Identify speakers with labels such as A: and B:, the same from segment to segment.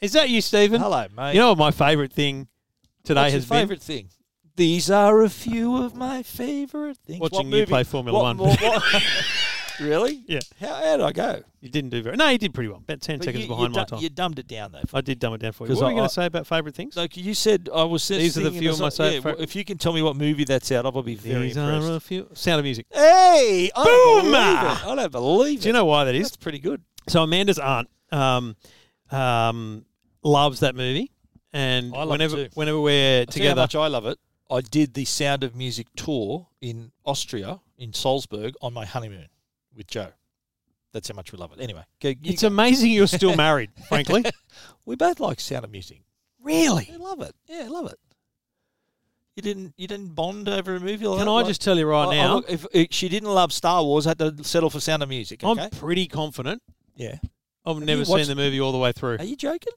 A: Is that you, Stephen?
B: Hello, mate.
A: You know what my favourite thing today
B: What's
A: has
B: your
A: been?
B: favourite thing? These are a few of my favourite things. What
A: Watching you
B: movie-
A: play Formula
B: what-
A: One.
B: what- what- really?
A: Yeah.
B: How, how did I go?
A: You didn't do very. No, you did pretty well. About ten
B: But
A: seconds
B: you,
A: behind
B: you
A: my
B: du-
A: time.
B: You dumbed it down though.
A: I did dumb it down for you.
B: 'Cause
A: What were
B: I-
A: you going
B: I-
A: to say about favourite things?
B: Like you said, I was. just
A: These are the
B: thinking
A: few
B: to
A: of my
B: myself, yeah,
A: fa-
B: well, If you can tell me what movie that's out of, I'll be very
A: These
B: impressed.
A: are a few. Sound of Music.
B: Hey, I don't believe
A: Boomer!
B: it. I don't believe it.
A: Do you know why that is?
B: that's pretty good.
A: So Amanda's aunt um, um, loves that movie, and
B: I love it
A: whenever
B: too.
A: whenever we're
B: I see how
A: together,
B: much I love it. I did the Sound of Music tour in Austria, in Salzburg, on my honeymoon with Joe. That's how much we love it. Anyway, go- you
A: it's
B: go.
A: amazing you're still married. Frankly,
B: we both like Sound of Music.
A: really.
B: I love it. Yeah, I love it. You didn't you didn't bond over a movie like
A: Can
B: that?
A: I
B: Like-
A: just tell you right
B: I- I
A: now?
B: look- if, if she didn't love Star Wars, I had to settle for Sound of Music. Okay.
A: I'm pretty confident.
B: yeah.
A: I've never
B: you
A: seen
B: watched-
A: the movie all the way through.
B: Are you joking?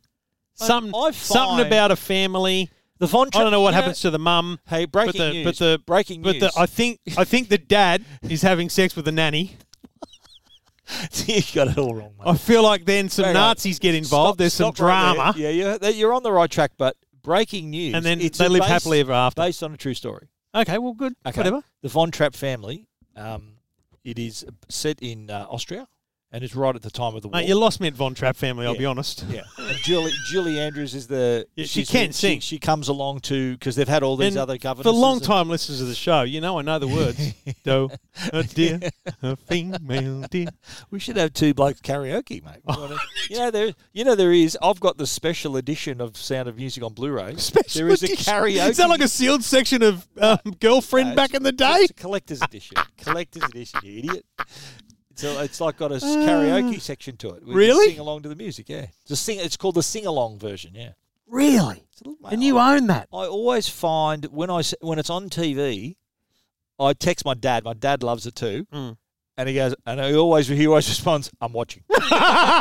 B: I-
A: Something,
B: I
A: something
B: find-
A: about a family.
B: The Von.
A: I don't know what
B: you
A: happens to the mum.
B: Hey,
A: But
B: breaking
A: the
B: news.
A: but the
B: breaking
A: but
B: news.
A: the I think I think the dad is having sex with the nanny.
B: you got it all wrong. Mate.
A: I feel like then some
B: Hang on.
A: Nazis get involved.
B: Stop-
A: There's some
B: stop right
A: drama,
B: there. yeah, you're, that- you're on the right track, but breaking news.
A: and then
B: it's
A: they live
B: based,
A: happily ever after.
B: Based on a true story.
A: okay, well, good.
B: Okay.
A: Whatever.
B: The Von Trapp family. Um, it is set in uh, Austria, and it's right at the time of the war.
A: Mate, you lost me at Von Trapp family. I'll
B: Yeah.
A: be honest.
B: yeah, and Julie Julie Andrews is the
A: Yeah, she
B: she's
A: can
B: the-
A: sing.
B: She, she comes along to because they've had all these
A: And
B: other governors
A: For long-time listeners of the show, you know I know the words. Do a deer, a female deer.
B: We should have two blokes karaoke, mate. You know, what Oh, I mean? You know, there, you know there is. I've got the special edition of Sound of Music on Blu-ray.
A: Special
B: there is a
A: edition.
B: karaoke.
A: Is that like a sealed section of um, girlfriend
B: No,
A: back in the day?
B: It's a collector's edition. collector's edition, you idiot. So it's like got a s- karaoke section to it. We can
A: Really?
B: Sing along to the music, yeah. The sing. It's called the sing along version, yeah.
A: Really?
B: It's a little-
A: And you own that?
B: I always find when I s- when it's on TV, I text my dad. My dad loves it too,
A: Mm.
B: and he goes, and he always he always responds, "I'm watching." so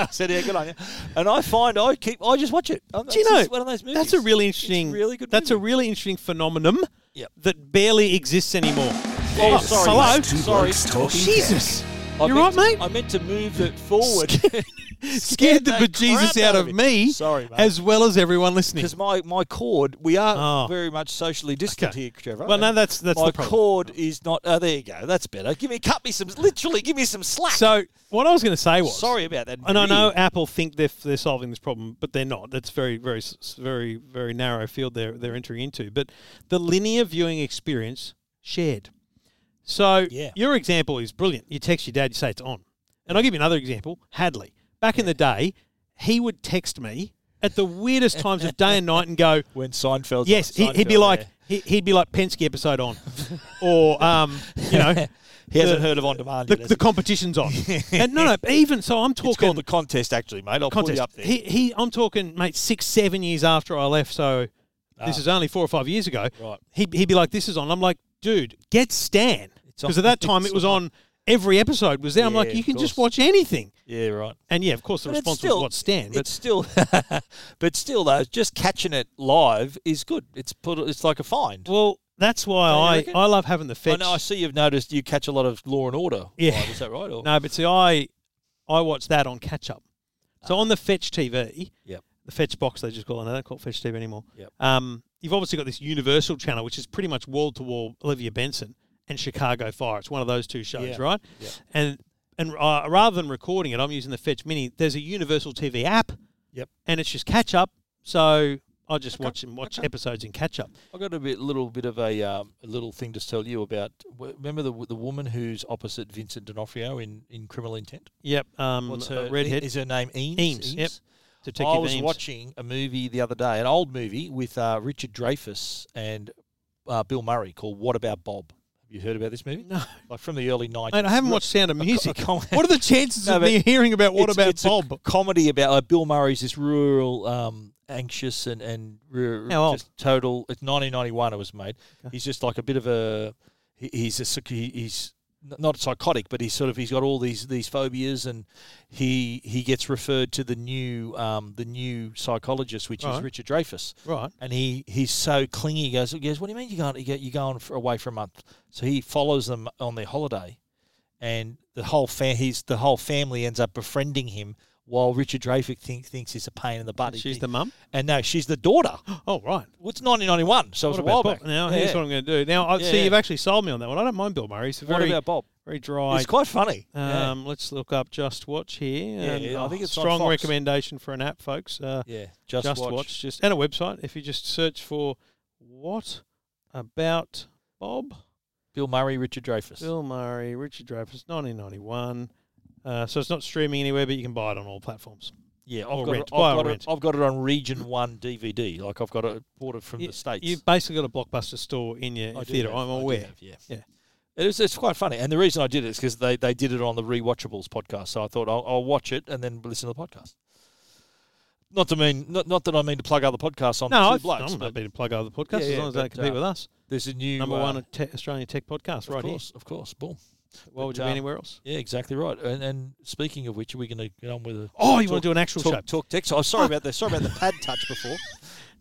B: I said, "Yeah, good on you." And I find I keep I just watch it. I'm-
A: Do you
B: it's
A: know,
B: just one of those movies.
A: That's a really
B: It's
A: interesting.
B: really good.
A: That's a
B: movie.
A: really interesting phenomenon
B: Yep.
A: that barely exists anymore.
B: Oh, sorry.
A: Hello?
B: mate. Sorry.
C: talking
A: Jesus,
B: I
A: you're right,
B: meant-
A: mate.
B: I meant to move it forward.
A: Scared the
B: crap
A: bejesus out of
B: it.
A: me,
B: Sorry, mate.
A: as well as everyone listening.
B: because my, my cord, we are
A: Oh.
B: very much socially distant
A: Okay.
B: here, Trevor.
A: Well, no,
B: and
A: that's that's
B: my
A: the problem.
B: cord is not. Oh, there you go. That's better. Give me, cut me some. Literally, give me some slack.
A: So what I was going to say was,
B: Sorry about that.
A: and I know
B: Meridian.
A: Apple think they're they're solving this problem, but they're not. That's very very s- s- very very narrow field they're they're entering into. But the linear viewing experience shared. So
B: Yeah.
A: your example is brilliant. You text your dad, you say it's on, and I'll give you another example. Hadley, back in the day, he would text me at the weirdest times of day and night and go,
B: when Seinfeld.
A: "Yes," he, he'd be like. he- He'd be like Penske episode on, or um, you know,
B: he hasn't
A: the-
B: heard of on demand.
A: the,
B: yet, has
A: the
B: he?
A: competition's on. and no, no, even so, I'm
B: it's called
A: talking
B: the contest, actually, mate. I'll put
A: contest.
B: it up there.
A: He, he, I'm talking, mate, six, seven years after I left. So this
B: Ah.
A: is only four or five years ago.
B: Right.
A: He, he'd be like, "This is on." I'm like, "Dude, get Stan,"
B: It's on-
A: because at that time
B: it's
A: it was on. Every episode was there. I'm
B: Yeah,
A: like, you
B: of
A: can just
B: course.
A: watch anything.
B: yeah, right.
A: And yeah, of course, the
B: But it's
A: response
B: still-
A: was what Stan.
B: It's
A: But
B: still, but still though, just catching it live is good. It's put. It's like a find.
A: well, that's why
B: Don't you
A: I,
B: reckon?
A: I love having the
B: I
A: fetch.
B: know. I see you've noticed you catch a lot of Law and Order.
A: Yeah.
B: live, is that right? Or
A: No, but see, I I watch that on catch up. So on the Fetch TV,
B: Ah. Yep.
A: the Fetch box they just call it. I don't call it Fetch TV anymore.
B: Yep.
A: Um, you've obviously got this Universal channel, which is pretty much wall to wall Olivia Benson and Chicago Fire. It's one of those two shows,
B: Yeah.
A: right?
B: Yeah.
A: And and uh, rather than recording it, I'm using the Fetch Mini. There's a Universal TV app.
B: Yep.
A: And it's just catch up. So I just watch and watch episodes in catch up.
B: I got a bit, little bit of a, um, a little thing to tell you about. w- Remember the w- the woman who's opposite Vincent D'Onofrio in, in Criminal Intent.
A: Yep. Um,
B: What's
A: uh,
B: her
A: redhead
B: Is her name Eames?
A: Eames, yep. detective.
B: I was
A: Eames.
B: watching a movie the other day, an old movie with uh, Richard Dreyfuss and uh, Bill Murray called "What About Bob." Have you heard about this movie?
A: No.
B: Like from the early nineties.
A: Mate, I haven't watched Sound of Music.
B: com-
A: what are the chances
B: Oh, No,
A: of
B: but
A: me hearing about What
B: It's-
A: About
B: it's a
A: Bob?
B: comedy about like Bill Murray's this rural, um, anxious and and rural,
A: How old?
B: just total. It's 1991. It was made. He's just like a bit of a. he- He's a psych- he- he's n- not psychotic, but he's sort of he's got all these these phobias, and he he gets referred to the new um, the new psychologist, which is
A: Right.
B: Richard Dreyfuss.
A: Right.
B: And he, he's so clingy. He goes, he goes, what do you mean you can't, you go- you're going for away for a month? So he follows them on their holiday, and the whole fa- he's, the whole family ends up befriending him while Richard Dreyfuss think, thinks it's a pain in the butt. He
A: She's
B: thi-
A: the mum.
B: and no, she's the daughter.
A: Oh right.
B: Well, it's 1991, so it's
A: What
B: a while
A: about
B: back.
A: Bob? Now
B: Yeah.
A: here's what I'm going to do. Now I
B: Yeah,
A: see
B: yeah.
A: you've actually sold me on that one. I don't mind Bill Murray. He's a
B: what
A: very
B: about Bob?
A: very dry.
B: It's quite funny. Yeah.
A: um, Let's look up Just Watch here.
B: Yeah,
A: and,
B: yeah, I
A: oh,
B: think it's on
A: strong
B: Fox.
A: recommendation for an app, folks. Uh,
B: yeah. just,
A: just watch.
B: watch.
A: just and a website. If you just search for what about Bob,
B: Bill Murray, Richard Dreyfuss.
A: Bill Murray, Richard Dreyfuss, 1991. Uh, so it's not streaming anywhere, but you can buy it on all platforms.
B: yeah,
A: or
B: I've got,
A: rent.
B: it,
A: Buy
B: I've,
A: or
B: got
A: rent.
B: it, I've got it on Region One DVD. Like I've got it bought it from
A: You-
B: the states.
A: You've basically got a blockbuster store in your
B: I do
A: theatre.
B: have-
A: I'm
B: I do
A: aware.
B: have, yeah.
A: Yeah.
B: It is, it's quite funny. And the reason I did it is because they, they did it on the Rewatchables podcast. So I thought I'll, I'll watch it and then listen to the podcast. Not to mean not, not that I mean to plug other podcasts on
A: No,
B: no,
A: I,
B: two blokes,
A: I'm
B: but
A: happy to plug other podcasts
B: Yeah,
A: as
B: yeah,
A: long as they
B: but,
A: compete
B: uh,
A: with us.
B: there's a new
A: Number
B: uh,
A: one te- Australian tech podcast,
B: Of
A: right
B: course, of course. Boom.
A: here. Why would
B: But,
A: you be
B: um,
A: anywhere else?
B: Yeah, exactly right. And, and speaking of which, are we going to get on with a
A: Oh, you
B: talk-
A: want to do an actual show?
B: talk, talk text? Oh, sorry about the sorry about the pad touch before.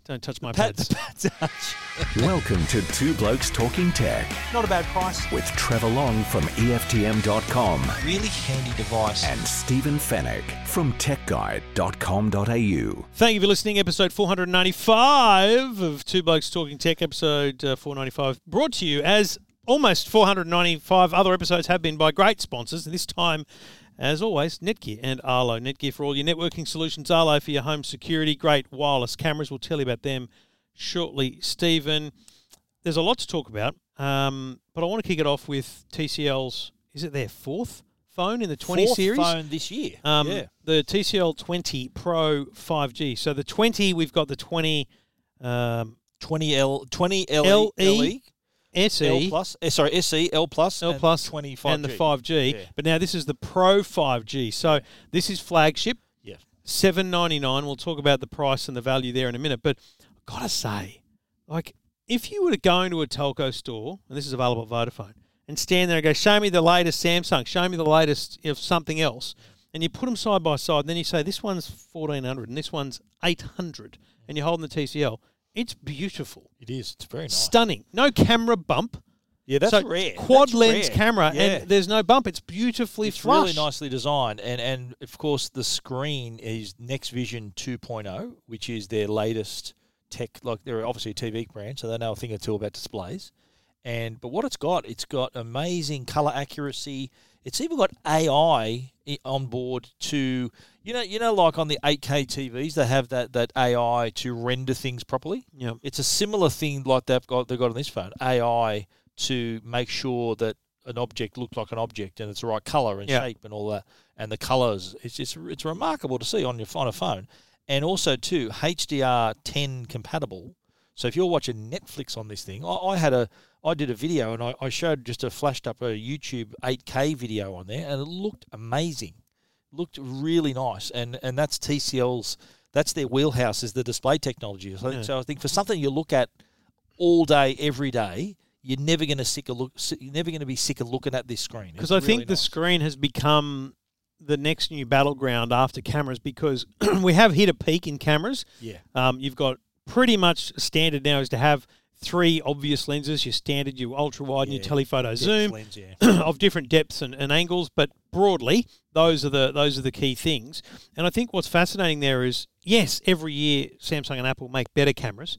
A: Don't touch my
B: Pad,
A: pads.
B: the pad touch.
C: Welcome to Two Blokes Talking Tech
D: Not a bad price.
C: with Trevor Long from E EFTM.com
D: Really handy device.
C: and Stephen Fennec from TechGuide.com.au.
A: Thank you for listening. Episode 495 of Two Blokes Talking Tech, episode uh, 495, brought to you as almost 495 other episodes have been by great sponsors. This time, as always, Netgear and Arlo. Netgear for all your networking solutions, Arlo for your home security, great wireless cameras. We'll tell you about them shortly, Stephen. There's a lot to talk about, um, but I want to kick it off with TCL's, is it their fourth phone in the 20
B: Fourth
A: series?
B: phone this year.
A: Um,
B: yeah.
A: The TCL 20 Pro 5G. So the 20, we've got the 20 um,
B: 20 L E 20 LE,
A: LE,
B: LE,
A: SE
B: L plus. eh, sorry, SE L plus.
A: L
B: and
A: plus
B: 25
A: E and the 5G.
B: Yeah.
A: But now this is the Pro 5G. So this is flagship,
B: Yeah.
A: 799. We'll talk about the price and the value there in a minute. But I've got to say, like, if you were to go into a telco store, and this is available at Vodafone, and stand there and go, show me the latest Samsung, show me the latest of something else, and you put them side by side, and then you say, this one's 1400 and this one's 800, and you're holding the TCL, it's beautiful.
B: It is. It's very nice.
A: Stunning. No camera bump.
B: yeah, that's
A: so
B: rare.
A: Quad
B: That's
A: lens
B: rare.
A: camera,
B: Yeah.
A: and there's no bump. It's beautifully
B: it's
A: flush.
B: really nicely designed, and and of course the screen is Next Vision 2.0, which is their latest tech. Like they're obviously a TV brand, so they know a thing or two about displays. And but what it's got, it's got amazing color accuracy. It's even got AI i- on board to you know you know like on the 8K TVs they have that that AI to render things properly.
A: Yeah.
B: um, It's a similar thing like they've got they've got on this phone AI to make sure that an object looked like an object and it's the right color and
A: Yeah.
B: shape and all that and the colors. It's just it's remarkable to see on your on a phone, and also too HDR10 compatible. So if you're watching Netflix on this thing, I, I had a I did a video and I, I showed just a flashed up a YouTube 8K video on there and it looked amazing looked really nice, and and that's TCL's that's their wheelhouse is the display technology. So, I think- so I think for something you look at all day, every day, you're never going to sick a look. si- You're never going to be sick of looking at this screen It's
A: because I think
B: really
A: the
B: nice.
A: screen has become the next new battleground after cameras because we have hit a peak in cameras.
B: Yeah.
A: Um, you've got pretty much standard now is to have three obvious lenses: your standard, your ultra wide, and your
B: Yeah.
A: telephoto
B: depth
A: zoom.
B: lens, yeah.
A: of different depths and, and angles, but broadly, those are the those are the key things. And I think what's fascinating there is, yes, every year Samsung and Apple make better cameras,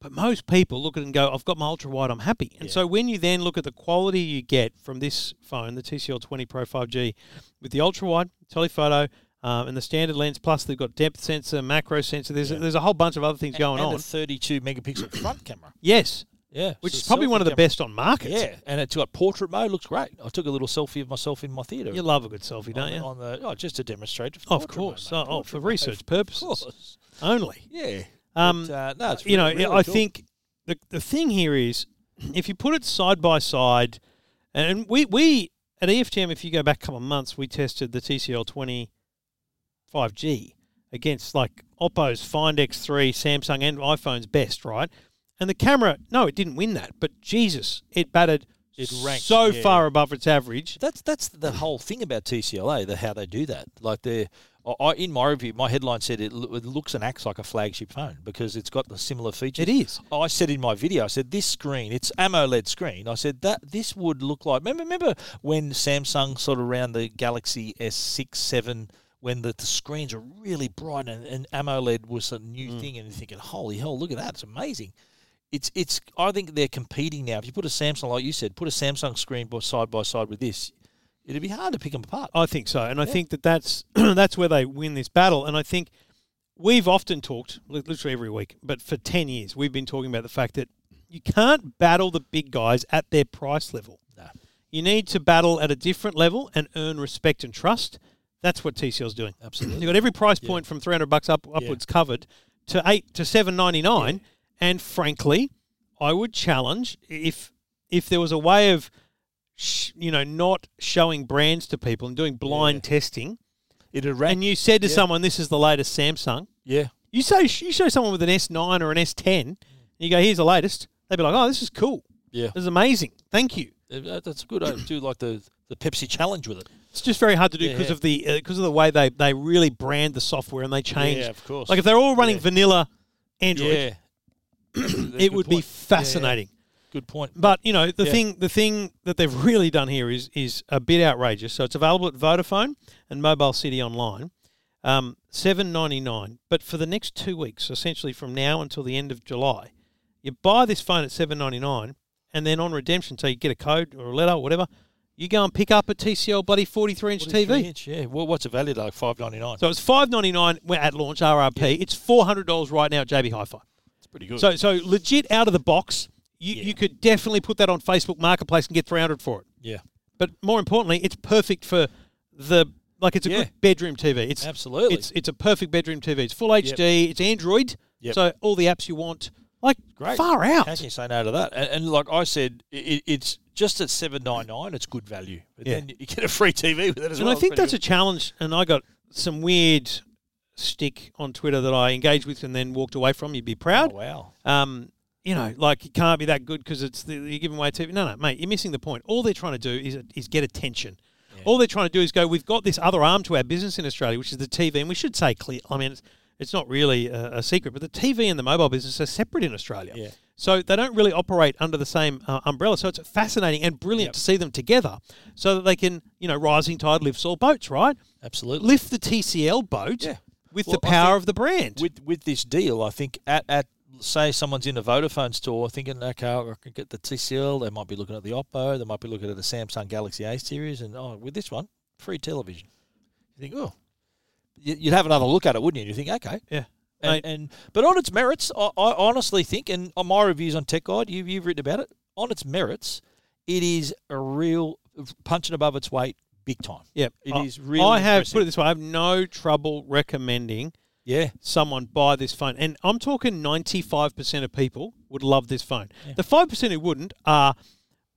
A: but most people look at it and go, "I've got my ultra wide, I'm happy." And so when you then look at the quality you get from this phone, the TCL 20 Pro 5G, with the ultra wide telephoto. Um, and the standard lens, plus they've got depth sensor, macro sensor. There's there's a whole bunch of other things going
B: and
A: on.
B: a 32 megapixel front camera.
A: yes,
B: Yeah,
A: which
B: so
A: is probably
B: selfie
A: one of the
B: camera.
A: best on market.
B: Yeah, and it's got portrait mode. Looks great. I took a little selfie of myself in my theater.
A: you love a good selfie, don't
B: on,
A: you?
B: on the oh, just to demonstrate.
A: Of
B: portrait mode,
A: course,
B: mate,
A: oh, oh,
B: portrait
A: for
B: mode.
A: research
B: Of
A: purposes
B: course.
A: only.
B: Yeah.
A: Um,
B: But, uh, no, it's
A: you know,
B: really- really
A: I
B: cool.
A: think the, the thing here is if you put it side by side, and we, we at E EFTM, if you go back a couple of months, we tested the TCL 20 5G against like Oppo's Find X3, Samsung, and iPhone's best, right? And the camera, no, it didn't win that, but Jesus, it batted
B: It ranked,
A: so
B: yeah.
A: far above its average.
B: That's that's
A: Mm.
B: the whole thing about TCLA, the how they do that. Like they, I, I- in my review, my headline said it, loo- it looks and acts like a flagship phone because it's got the similar features.
A: It is.
B: I said in my video, I said this screen, it's AMOLED screen. I said that this would look like. Remember, remember when Samsung sort of around the Galaxy S six seven when the, the screens are really bright and, and AMOLED was a new
A: Mm.
B: thing, and you're thinking, holy hell, look at that, it's amazing. It's it's. I think they're competing now. If you put a Samsung, like you said, put a Samsung screen by- side by side with this, it'd be hard to pick them apart.
A: I think so, and I think that that's that's where they win this battle. And I think we've often talked, li- literally every week, but for ten years, we've been talking about the fact that you can't battle the big guys at their price level.
B: No.
A: You need to battle at a different level and earn respect and trust. That's what TCL's doing.
B: Absolutely.
A: You've got every price point from three hundred bucks up upwards covered to eight to seven ninety nine. And frankly, I would challenge if if there was a way of sh- you know not showing brands to people and doing blind testing,
B: It'd
A: and you said to someone, "This is the latest Samsung."
B: yeah,
A: You say you show someone with an S9 or an S10,
B: Mm.
A: and you go, "Here's the latest." They'd be like, "Oh, this is cool.
B: yeah.
A: This is amazing. Thank you."
B: Uh, That's good. I do like the, the Pepsi challenge with it.
A: It's just very hard to do
B: Yeah,
A: because
B: yeah.
A: of the because of the way they, they really brand the software and they change.
B: Yeah, of course.
A: Like if they're all running
B: Yeah.
A: vanilla Android,
B: Yeah,
A: it would be fascinating.
B: Good point.
A: But you know the
B: Yeah.
A: thing the thing that they've really done here is is a bit outrageous. So it's available at Vodafone and Mobile City Online, um, seven ninety nine. But for the next two weeks, essentially from now until the end of July, you buy this phone at seven ninety nine, and then on redemption, so you get a code or a letter, or whatever, you go and pick up a TCL bloody forty three inch TV.
B: Inch, yeah. Well, what's it valued like? Five ninety nine.
A: So it's five ninety nine at launch RRP. It's four hundred dollars right now at JB Hi-Fi.
B: It's pretty good.
A: So so legit out of the box. You,
B: Yeah.
A: you could definitely put that on Facebook Marketplace and get three hundred for it.
B: yeah,
A: But more importantly, it's perfect for the like it's a
B: Yeah.
A: good bedroom TV. It's
B: Absolutely.
A: It's it's a perfect bedroom TV. It's full HD. It's Android.
B: Yep.
A: So all the apps you want, like
B: Great.
A: far out.
B: how can you say no to that? And, and like I said, it, it's just at seven nine nine. It's good value. But
A: Yeah.
B: then you get a free TV with it as
A: and
B: well.
A: I think that's a challenge. And I got some weird stick on Twitter that I engaged with and then walked away from. You'd be proud.
B: oh, wow.
A: um, you know, like it can't be that good because it's the, you're giving away TV. No, no, mate, you're missing the point. All they're trying to do is is get attention. All they're trying to do is go. We've got this other arm to our business in Australia, which is the TV, and we should say clear. I mean, it's, it's not really a, a secret, but the TV and the mobile business are separate in Australia.
B: Yeah.
A: So they don't really operate under the same uh, umbrella. So it's fascinating and brilliant to see them together, so that they can, you know, rising tide lifts all boats, right?
B: Absolutely.
A: Lift the TCL boat
B: Yeah.
A: with
B: Well,
A: the
B: I
A: power
B: think
A: of the brand.
B: with with this deal, I think at, at say someone's in a Vodafone store thinking, okay, I can get the TCL. They might be looking at the Oppo. They might be looking at the Samsung Galaxy A series, and oh, with this one, free television. You think, oh, you- you'd have another look at it, wouldn't you? You think, okay.
A: yeah.
B: And,
A: Mate.
B: and but on its merits, I, I honestly think, and on my reviews on Tech Guide, you've you've written about it. On its merits, it is a real punching above its weight, big time.
A: Yep.
B: It
A: it is
B: is really
A: I have put it
B: impressive.
A: this way, I have no trouble recommending
B: Yeah,
A: someone buy this phone. And I'm talking 95% of people would love this phone. The 5% who wouldn't are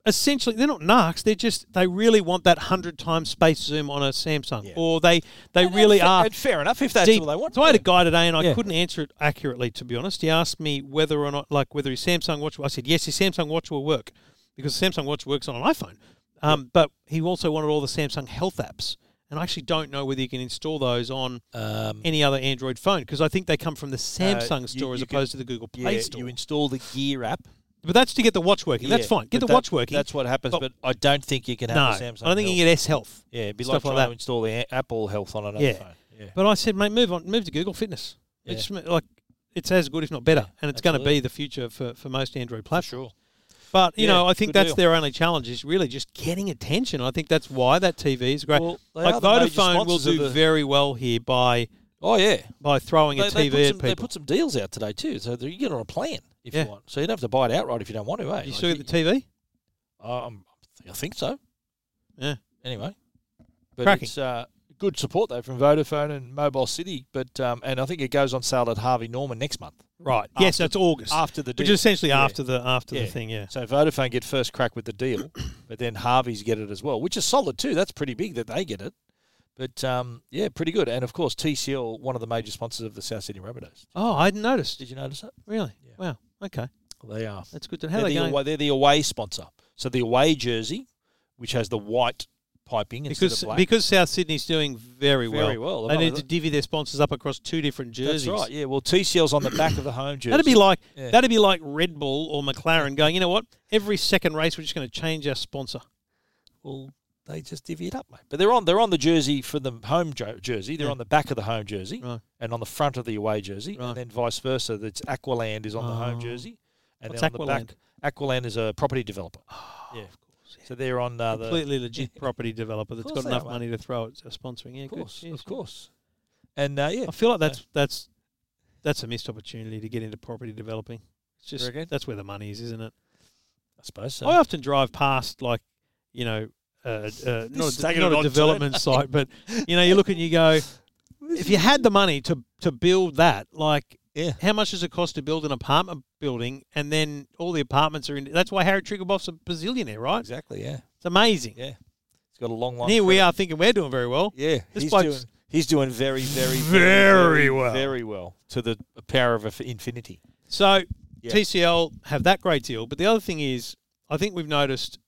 A: essentially they're not narcs, they're just they really want that 100 times space zoom on a Samsung
B: Yeah.
A: or they they really
B: And fa-
A: are
B: and fair enough if that's
A: deep.
B: all they want.
A: So I had a
B: Yeah.
A: guy today, and I
B: Yeah.
A: couldn't answer it accurately. To be honest, he asked me whether or not, like, whether his Samsung watch. I said yes, his Samsung watch will work because the Samsung watch works on an iPhone. Um, But he also wanted all the Samsung health apps, and I actually don't know whether you can install those on
B: Um, Uh,
A: any other Android phone because I think they come from the Samsung
B: you-
A: store as
B: you can-
A: opposed to the Google Play
B: yeah,
A: Store.
B: you install the Gear app.
A: but that's to get the watch working. that's
B: Yeah,
A: fine. Get the
B: but
A: watch
B: that-
A: working.
B: That's what happens,
A: But-
B: but, I don't think you can
A: no.
B: have a Samsung.
A: I don't think you can
B: Health.
A: get S Health.
B: Yeah, it'd be like
A: stuff
B: trying
A: like
B: to
A: that.
B: install the A- Apple Health on another
A: Yeah.
B: phone. Yeah,
A: But I said, mate, move on, move to Google Fitness.
B: Yeah.
A: It's like it's as good, if not better, and it's going to
B: absolutely.
A: be the future for, for most Android platforms.
B: sure.
A: But you
B: Yeah,
A: know, I think
B: good
A: that's
B: deal.
A: their only challenge is really just getting attention. I think that's why that TV is great.
B: Well, they
A: like
B: are the major
A: Vodafone will
B: sponsors of
A: do
B: the-
A: very well here by
B: Oh yeah,
A: by throwing
B: they,
A: a
B: they
A: TV
B: put
A: at
B: some, they
A: people.
B: put some deals out today too, so that you get on a plan if
A: Yeah.
B: you want. So you don't have to buy it outright if you don't want to. Eh?
A: you
B: Like,
A: see the TV?
B: um, I think so.
A: Yeah.
B: Anyway, but
A: Cracking.
B: it's uh, good support though from Vodafone and Mobile City. But um, and I think it goes on sale at Harvey Norman next month.
A: Right. yes,
B: After-
A: that's August.
B: after the
A: which
B: deal.
A: is essentially
B: Yeah.
A: after the after the
B: Yeah.
A: thing. Yeah.
B: So Vodafone get first crack with the deal, but then Harvey's get it as well, which is solid too. That's pretty big that they get it. But um, yeah, pretty good. And of course, TCL, one of the major sponsors of the South Sydney Rabbitohs.
A: Oh, I hadn't noticed.
B: Did you notice that?
A: Really?
B: Yeah.
A: Wow. Okay.
B: They are.
A: That's good. To, how
B: They're
A: are they
B: the, uh,
A: going?
B: away, they're the away sponsor. So the away jersey, which has the white piping instead
A: Because
B: of black.
A: because South Sydney's doing very well.
B: Very well.
A: They
B: Well,
A: need to
B: that-
A: divvy their sponsors up across two different
B: That's
A: jerseys.
B: right. Yeah. Well, TCL's on the back of the home jersey.
A: That'd be like
B: Yeah.
A: that'd be like Red Bull or McLaren going. You know what? Every second race, we're just going to change our sponsor.
B: Well, they just divvy it up, mate. But they're on they're on the jersey for the home jo- jersey. They're on the back of the home jersey
A: Right.
B: and on the front of the away jersey,
A: Right.
B: and then vice versa. That's Aqualand is on the
A: Oh.
B: home jersey, and
A: What's
B: then on
A: Aqualand?
B: the back, Aqualand is a property developer. yeah, of course. So they're on uh, the
A: Ah, Completely legit property developer that's
B: course
A: got
B: they
A: enough
B: are, mate.
A: money to throw at uh, sponsoring. Yeah,
B: of
A: good.
B: course,
A: Yes,
B: of course. And uh, yeah,
A: I feel like that's that's that's a missed opportunity to get into property developing. It's just
B: reckon?
A: that's where the money is, isn't it?
B: I suppose so.
A: I often drive past like you know. Uh, uh, not
B: Just
A: a,
B: taking
A: not
B: it
A: a
B: on to
A: development site, but you know, you look and you go, if you had the money to to build that, like,
B: Yeah.
A: how much does it cost to build an apartment building, and then all the apartments are in? That's why Harry Triggerboff's a bazillionaire, right?
B: exactly, yeah,
A: It's amazing.
B: yeah. It's got a long
A: and
B: one.
A: here we are thinking we're doing very well.
B: Yeah,
A: This
B: he's doing,
A: bloke's-
B: he's doing very, very,
A: Very well.
B: very well to the power of infinity.
A: So
B: Yeah.
A: TCL have that great deal, but the other thing is, I think we've noticed.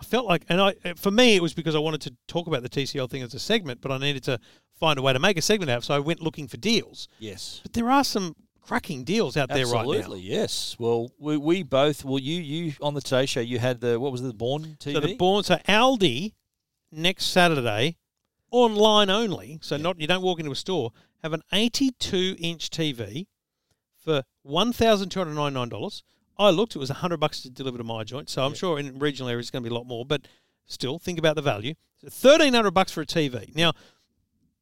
A: I felt like, and I for me, it was because I wanted to talk about the TCL thing as a segment, but I needed to find a way to make a segment out. of it, So I went looking for deals,
B: Yes.
A: but there are some cracking deals out there right now.
B: Absolutely, yes. Well, we, we both. Well, you you on the Today Show, you had the what was it, the Born TV?
A: So the born so Aldi next Saturday, online only. So not you don't walk into a store. Have an eighty-two inch TV for one thousand two hundred ninety-nine dollars. I looked; it was hundred bucks to deliver to my joint. So I'm sure in regional areas it's going to be a lot more, but still, think about the value. So thirteen hundred bucks for a TV. Now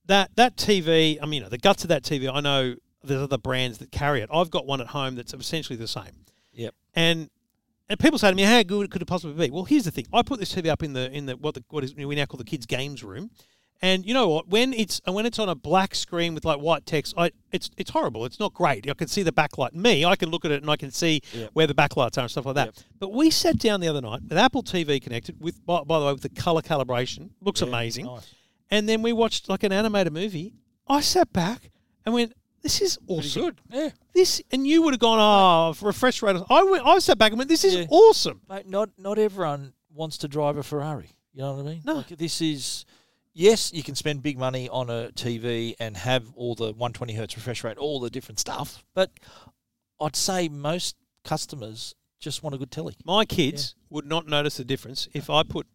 A: that that TV, I mean, you know, the guts of that TV. I know there's other brands that carry it. I've got one at home that's essentially the same.
B: Yep.
A: And and people say to me, "How good could it possibly be?" Well, here's the thing: I put this TV up in the in the what the what is we now call the kids' games room, and you know what? When it's and when it's on a black screen with like white text, I it's it's horrible. It's not great. I can see the backlight. Me, I can look at it and I can see
B: Yep.
A: where the backlights are and stuff like that.
B: Yep.
A: But we sat down the other night with Apple TV connected with by, by the way with the color calibration, looks
B: Yeah,
A: amazing.
B: nice.
A: And then we watched like an animated movie. I sat back and went, "This is
B: Pretty
A: awesome."
B: good. Yeah,
A: This and you would have gone, "Oh, refresh rate." I went, I sat back and went, "This is
B: Yeah.
A: awesome."
B: mate. Not not everyone wants to drive a Ferrari. You know what I mean?
A: No.
B: Like, this is. Yes, you can spend big money on a TV and have all the 120 hertz refresh rate, all the different stuff. But I'd say most customers just want a good telly.
A: My kids would not notice the difference if I put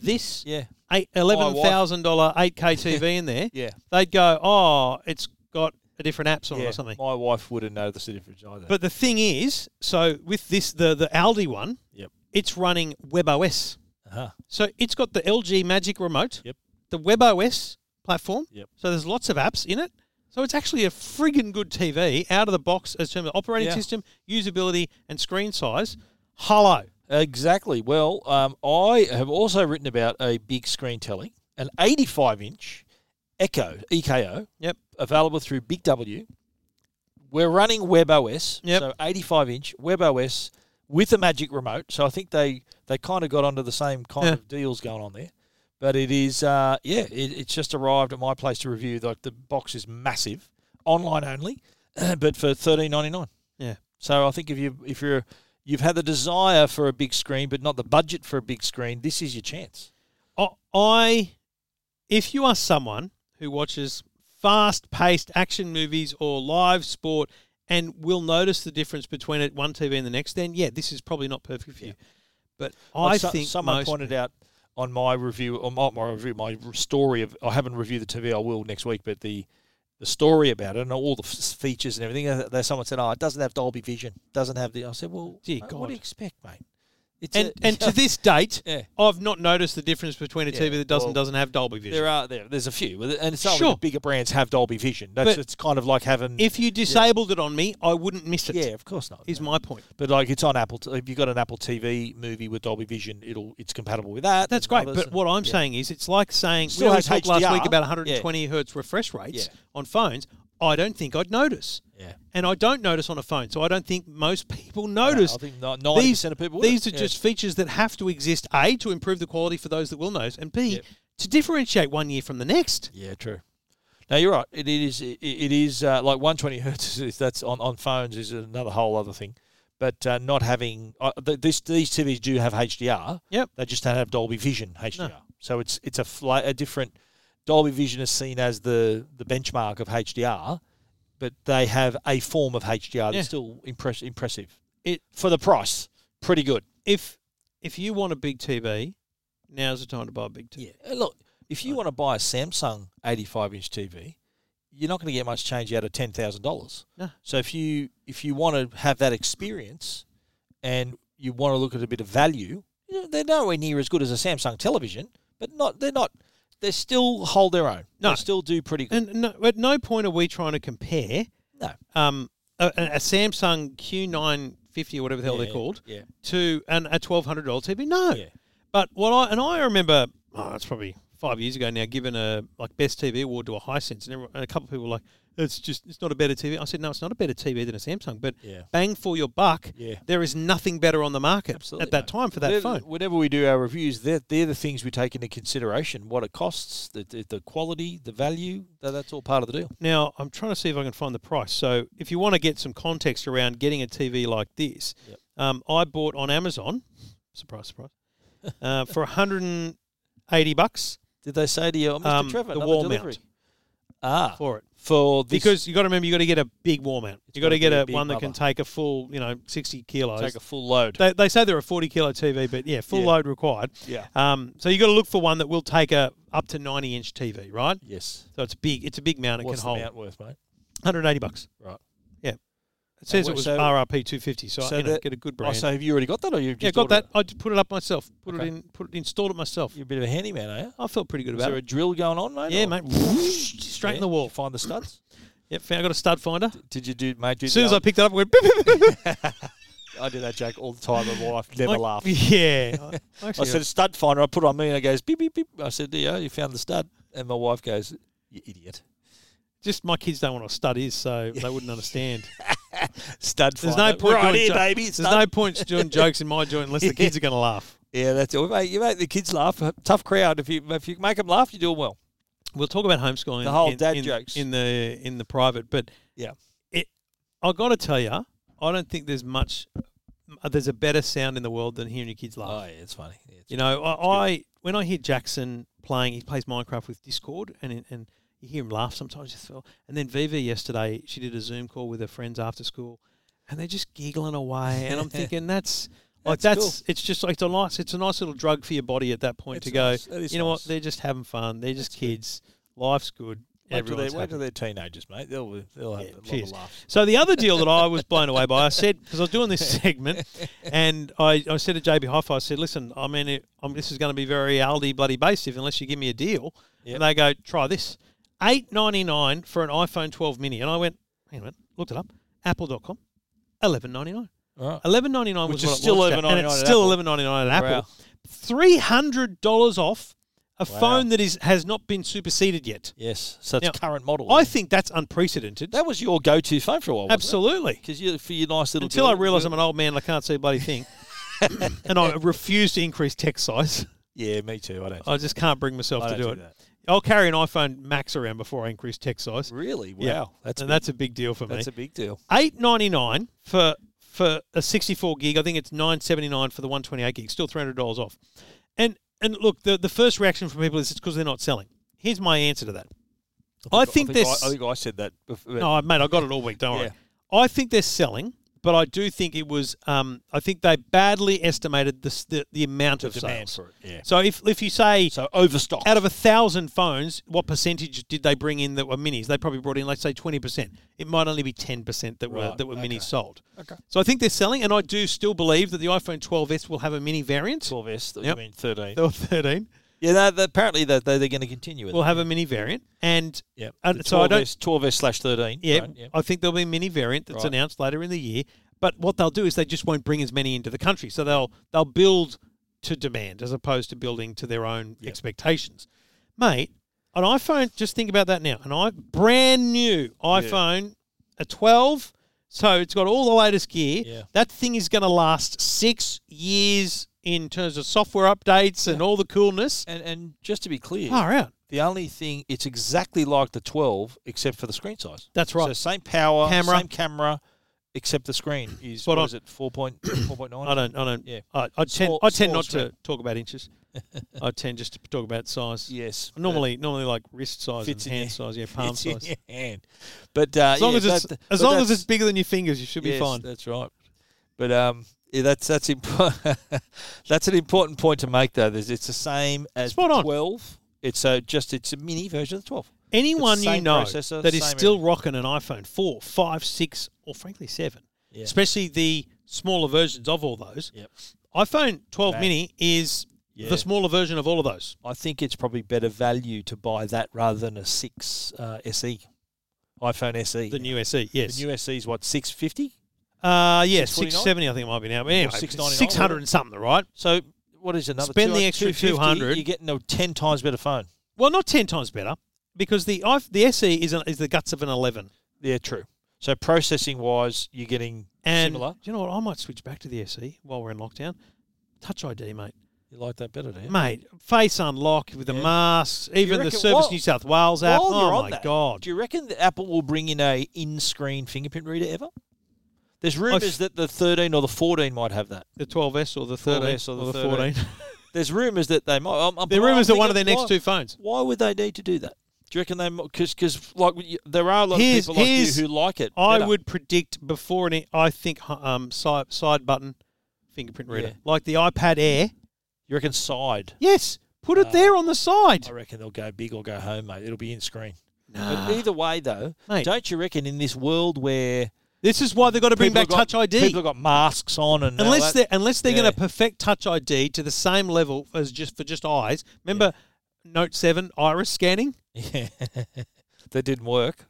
A: this
B: Yeah, Oh,
A: eight, $11,000 8K TV in there.
B: yeah.
A: They'd go, oh, it's got a different apps on it
B: yeah.
A: or something.
B: My wife wouldn't notice the difference either.
A: But the thing is, so with this, the, the Aldi one,
B: Yep.
A: it's running WebOS.
B: uh-huh.
A: So it's got the LG Magic Remote,
B: Yep.
A: the WebOS platform.
B: Yep.
A: So there's lots of apps in it. So it's actually a friggin' good TV out of the box as terms of operating
B: Yeah.
A: system, usability, and screen size. Hello.
B: Exactly. Well, um, I have also written about a big screen telly, an 85 inch Echo E EKO,
A: Yep.
B: available through Big W. We're running WebOS,
A: Yep.
B: so 85 inch WebOS with a Magic Remote. So I think they they kind of got onto the same kind
A: Yeah.
B: of deals going on there. But it is, uh, yeah, it, it's just arrived at my place to review. Like the box is massive, online only, but for 13.99.
A: Yeah.
B: So I think if you if you're you've had the desire for a big screen but not the budget for a big screen, this is your chance.
A: I- I, if you are someone who watches fast-paced action movies or live sport and will notice the difference between it one TV and the next, then yeah, this is probably not perfect for you. But I
B: so-
A: think
B: someone
A: most-
B: pointed out on my review on my, my review my r- story of I haven't reviewed the TV. I will next week, but the the story about it and all the f- features and everything. uh, There, someone said, "Oh, it doesn't have Dolby Vision. Doesn't have the." I said, "Well,
A: Dear
B: uh,
A: God.
B: what do you expect, mate?" It's
A: and
B: a-
A: and to this date,
B: Yeah.
A: I've not noticed the difference between a
B: Yeah,
A: TV that doesn't
B: well,
A: doesn't have Dolby Vision.
B: there are there, there's a few, and some
A: Sure.
B: of the bigger brands have Dolby Vision. That's
A: But
B: it's kind of like having
A: if you disabled it on me, I wouldn't miss it.
B: yeah, of course not.
A: is
B: No.
A: my point.
B: But like it's on Apple. T- if you've got an Apple TV movie with Dolby Vision, it'll it's compatible with that.
A: That's
B: and
A: great,
B: others
A: but
B: and-
A: what I'm
B: yeah.
A: saying is, it's like saying
B: Still
A: we only
B: has
A: talked last
B: HDR.
A: week about
B: Yeah.
A: 120 hertz refresh rates
B: Yeah.
A: on phones. I don't think I'd notice,
B: Yeah.
A: and I don't notice on a phone, so I don't think most people
B: No,
A: notice.
B: I think ninety percent of people.
A: these are
B: would. Yeah.
A: just features that have to exist: a to improve the quality for those that will notice, and b
B: Yep.
A: to differentiate one year from the next.
B: Yeah, true. No, you're right. It, it is. It, it is uh, like 120 hertz. Is, that's on, on phones is another whole other thing. But uh, not having uh, th- this, these TVs do have HDR.
A: Yep.
B: They just don't have Dolby Vision
A: No.
B: HDR. So it's it's a fla- a different. Dolby Vision is seen as the the benchmark of HDR, but they have a form of HDR that's
A: Yeah.
B: still impress- impressive.
A: It-
B: for the price, pretty good.
A: If if you want a big TV, Now's the time to buy a big TV.
B: Yeah. Uh, Look, if you want to buy a Samsung 85 inch TV, you're not going to get much change out of ten thousand dollars.
A: No.
B: So if you if you want to have that experience, and you want to look at a bit of value, you know, they're nowhere near as good as a Samsung television, but not they're not they still hold their own.
A: No.
B: They still do pretty good.
A: And no, at no point are we trying to compare
B: No.
A: um, a, a a Samsung Q950 or whatever the hell they're
B: Yeah,
A: called
B: yeah.
A: to an, a twelve hundred dollar TV. No,
B: Yeah.
A: but what I and I remember, oh, it's probably five years ago now, given a like best TV award to a high sense, and, everyone, and a couple of people were like, it's just it's not a better TV. I said, no, it's not a better TV than a Samsung, but
B: Yeah.
A: bang for your buck,
B: Yeah.
A: there is nothing better on the market at that
B: mate.
A: time for that
B: Whenever-
A: phone.
B: Whenever we do our reviews, they're, they're the things we take into consideration: what it costs, the, the, the quality, the value. That, that's all part of the deal.
A: Now, I'm trying to see if I can find the price. So, if you want to get some context around getting a TV like this,
B: Yep.
A: um, I bought on Amazon, surprise, surprise, uh, for 180 bucks
B: Did they say to you, oh, Mr.
A: Um, the
B: Trevor, another
A: wall
B: delivery?
A: mount.
B: Ah, for,
A: for it.
B: this,
A: Because you got to remember, you got to get a big wall mount. You got to
B: gotta be
A: get
B: a
A: a
B: big
A: one that can
B: mother.
A: take a full, you know, 60 kilos.
B: take a full load.
A: they, they say they're a 40 kilo TV, but yeah, full
B: Yeah.
A: load required.
B: Yeah.
A: Um, so you got to look for one that will take a up to 90 inch TV, right?
B: yes.
A: So it's big. It's a big mount. It
B: What's
A: can
B: the
A: hold
B: mount worth, mate?
A: 180 bucks.
B: Right.
A: Yeah. It says
B: what-
A: it was
B: so-
A: RRP 250, so, I
B: so
A: you know,
B: that-
A: get a good
B: Oh,
A: brand.
B: so have you already got that, or you've
A: yeah,
B: just
A: got
B: ordered
A: that. I just put it up myself. Put
B: Okay.
A: it in. Put it installed it myself.
B: it? You're a bit of a handyman, are you?
A: I felt pretty good
B: Is
A: about
B: there a
A: it.
B: drill going on, mate?
A: yeah,
B: or-
A: mate. Whoosh, straight in
B: Yeah?
A: the wall.
B: Did you Find the studs.
A: Yep, found, I got a stud finder.
B: Did you do, mate? Do
A: As soon as I
B: the,
A: picked it up, it went. beep, beep, beep, beep.
B: I, I do that joke all the time in my life. Never
A: Like,
B: laugh.
A: Yeah. I- I
B: I
A: actually-
B: said stud finder. I put it on me, and it goes beep beep beep. I said, "Yeah, you found the stud." And my wife goes, "You idiot,
A: just my kids don't want what a stud is, so they wouldn't understand.
B: stud
A: There's
B: finder."
A: no point
B: right
A: doing
B: here,
A: jo-
B: baby.
A: There's
B: stud."
A: no point doing jokes in my joint unless the kids are going to laugh.
B: Yeah, that's it. Mate, you make the kids laugh. Tough crowd. If you if you make them laugh, you're doing well.
A: We'll talk about homeschooling.
B: The whole
A: in,
B: dad
A: in-
B: jokes.
A: in the in the private, but
B: Yeah.
A: it. I got to tell you, I don't think there's much. There's a better sound in the world than hearing your kids laugh.
B: Oh, yeah, it's funny. Yeah, it's
A: You know, I, I when I hear Jackson playing, he plays Minecraft with Discord, and and you hear him laugh sometimes. You feel, and then Viva yesterday, she did a Zoom call with her friends after school, and they're just giggling away, and I'm thinking that's. Like that's,
B: That's
A: it's just like it's a nice it's a nice little drug for your body at that point
B: It's
A: to go.
B: nice. That is
A: you know what?
B: nice.
A: They're just having fun. They're just kids. Life's good.
B: Wait till,
A: Everyone's
B: they're, wait till
A: happy.
B: they're teenagers, mate. They'll, uh, they'll have
A: Yeah,
B: a lot
A: cheers.
B: of laughs.
A: So the other deal that I was blown away by, I said because I was doing this segment, and I, I said to JB Hi-Fi, I said, "Listen, I mean, it, um, this is going to be very Aldi bloody basic unless you give me a deal."
B: Yep.
A: And they go, "Try this, eight ninety nine for an iPhone 12 mini," and I went, "Hang on, a minute," looked it up, Apple.com, eleven ninety nine.
B: All right.
A: Eleven ninety nine was
B: Which is
A: what it
B: still
A: launched at, and
B: $11.99
A: it's
B: at
A: still
B: Apple.
A: eleven ninety nine at
B: Wow.
A: Apple. Three hundred dollars off a
B: Wow.
A: phone that is has not been superseded yet.
B: Yes. So it's
A: Now,
B: current model.
A: I think that's unprecedented.
B: that was your go-to phone for a while.
A: Absolutely.
B: Because you for your nice little.
A: Until I
B: girl-
A: realise I'm an old man and I can't see a bloody thing. and I refuse to increase text size.
B: Yeah, me too. I don't.
A: I just can't bring myself
B: I
A: to
B: don't
A: do,
B: do
A: it.
B: that.
A: I'll carry an iPhone Max around before I increase text size.
B: Really? Wow.
A: Yeah.
B: That's
A: and
B: big-
A: that's a big deal for me.
B: that's a big deal.
A: Eight ninety nine for for a sixty four gig. I think it's nine seventy nine for the one twenty eight gig. Still three hundred dollars off. And and look, the, the first reaction from people is it's because they're not selling. Here's my answer to that. I think,
B: I,
A: this.
B: I think I said that. Before,
A: No, I- mate, I got it all week. Don't worry.
B: Yeah.
A: I think they're selling, but I do think it was. Um, I think they badly estimated the s- the, the amount of
B: demand
A: sales.
B: for it. Yeah.
A: So if if you say
B: So overstock.
A: out of a thousand phones, what percentage did they bring in that were minis? They probably brought in, let's say, twenty percent. It might only be ten percent that were
B: Right,
A: that were
B: okay.
A: minis sold.
B: Okay.
A: So I think they're selling, and I do still believe that the iPhone 12s will have a mini variant.
B: 12s.
A: Yep.
B: I mean 13.
A: Or 13
B: Yeah, no, they- apparently they they- they're going to continue with
A: will
B: it.
A: have a mini variant, and
B: Yeah.
A: and
B: The
A: so I don't
B: 12S 12S slash 13.
A: Yeah,
B: right?
A: I think there'll be a mini variant that's
B: Right.
A: announced later in the year. But what they'll do is they just won't bring as many into the country, so they'll they'll build to demand as opposed to building to their own expectations. Mate, an iPhone. Just think about that now. An i brand new iPhone, a twelve, so it's got all the latest gear.
B: Yeah.
A: That thing is going to last six years in terms of software updates and all the coolness.
B: And and just to be clear,
A: Far out.
B: the only thing it's exactly like the 12 except for the screen size.
A: That's
B: So
A: right.
B: same power,
A: Camera.
B: same camera, except the screen is
A: Spot
B: what
A: on.
B: is it 4.9?
A: I don't. I don't.
B: Yeah.
A: I, I tend.
B: Small-
A: I tend
B: small
A: not to
B: screen.
A: talk about inches. I tend just to talk about size.
B: Yes.
A: Normally, normally like wrist size
B: Fits
A: and
B: in
A: hand
B: your-
A: size. Yeah, palm
B: It's in
A: size.
B: your hand. But uh,
A: As long
B: yeah,
A: as it's
B: that-
A: as
B: but
A: long as
B: that's-
A: it's bigger than your fingers, you should be
B: yes,
A: fine.
B: That's right. But um, Yeah, that's that's imp- that's an important point to make though. There's, it's the same as
A: Spot on.
B: twelve. It's a just it's a mini version of the twelve.
A: Anyone you
B: same
A: know
B: processor,
A: that is
B: same
A: still rocking an iPhone 4, 5, 6, or frankly 7,
B: Yeah.
A: especially the smaller versions of all those,
B: Yep.
A: iPhone 12
B: Bang.
A: mini is
B: Yeah.
A: the smaller version of all of those.
B: I think it's probably better value to buy that rather than a six uh, SE, iPhone SE.
A: The new E. SE, yes.
B: The new SE is what six fifty.
A: uh, yeah,
B: 649?
A: 670 I think it might be now. But anyway,
B: 699,
A: 600 and something, right?
B: So what is another?
A: Spend the
B: 200,
A: extra
B: 250,
A: 200.
B: uh, You're getting a ten times better phone.
A: Well, not 10 times better because the i the SE is, an, is the guts of an 11.
B: Yeah, true. So processing wise, you're getting
A: And
B: similar.
A: do you know what? I might switch back to the SE while we're in lockdown. Touch ID, mate.
B: You like that better, do you?
A: Mate, face unlock with the
B: Yeah.
A: masks, even the
B: reckon-
A: Service
B: while-
A: New South Wales app.
B: While you're
A: Oh
B: on
A: my
B: that,
A: god!
B: Do you reckon that Apple will bring in a in-screen fingerprint reader ever? There's rumors that the 13 or the 14 might have that.
A: The 12s or the 13s
B: 12S
A: or the,
B: or the
A: 14.
B: 13. There's rumors that they might. I'm, I'm,
A: there are rumors that
B: I'm
A: one of their
B: thinking,
A: next two phones.
B: Why, why would they need to do that? Do you reckon they? Because because like you- there are a lot
A: Here's-
B: of people like
A: here's-
B: you who like it.
A: I
B: better.
A: would predict before any. I think hu- um, side side button fingerprint reader,
B: Yeah.
A: like the iPad Air.
B: You reckon side?
A: Yes, put it
B: Uh,
A: there on the side.
B: I reckon they'll go big or go home, mate. It'll be in screen.
A: Nah.
B: But either way, though,
A: Mate.
B: don't you reckon in this world where
A: This is why they've got to bring
B: people
A: back
B: have got-
A: Touch ID.
B: people have got masks on and all
A: unless
B: that-
A: they're unless they're
B: Yeah.
A: going to perfect Touch ID to the same level as just for just eyes. Remember Note Seven iris scanning.
B: Yeah. that didn't work.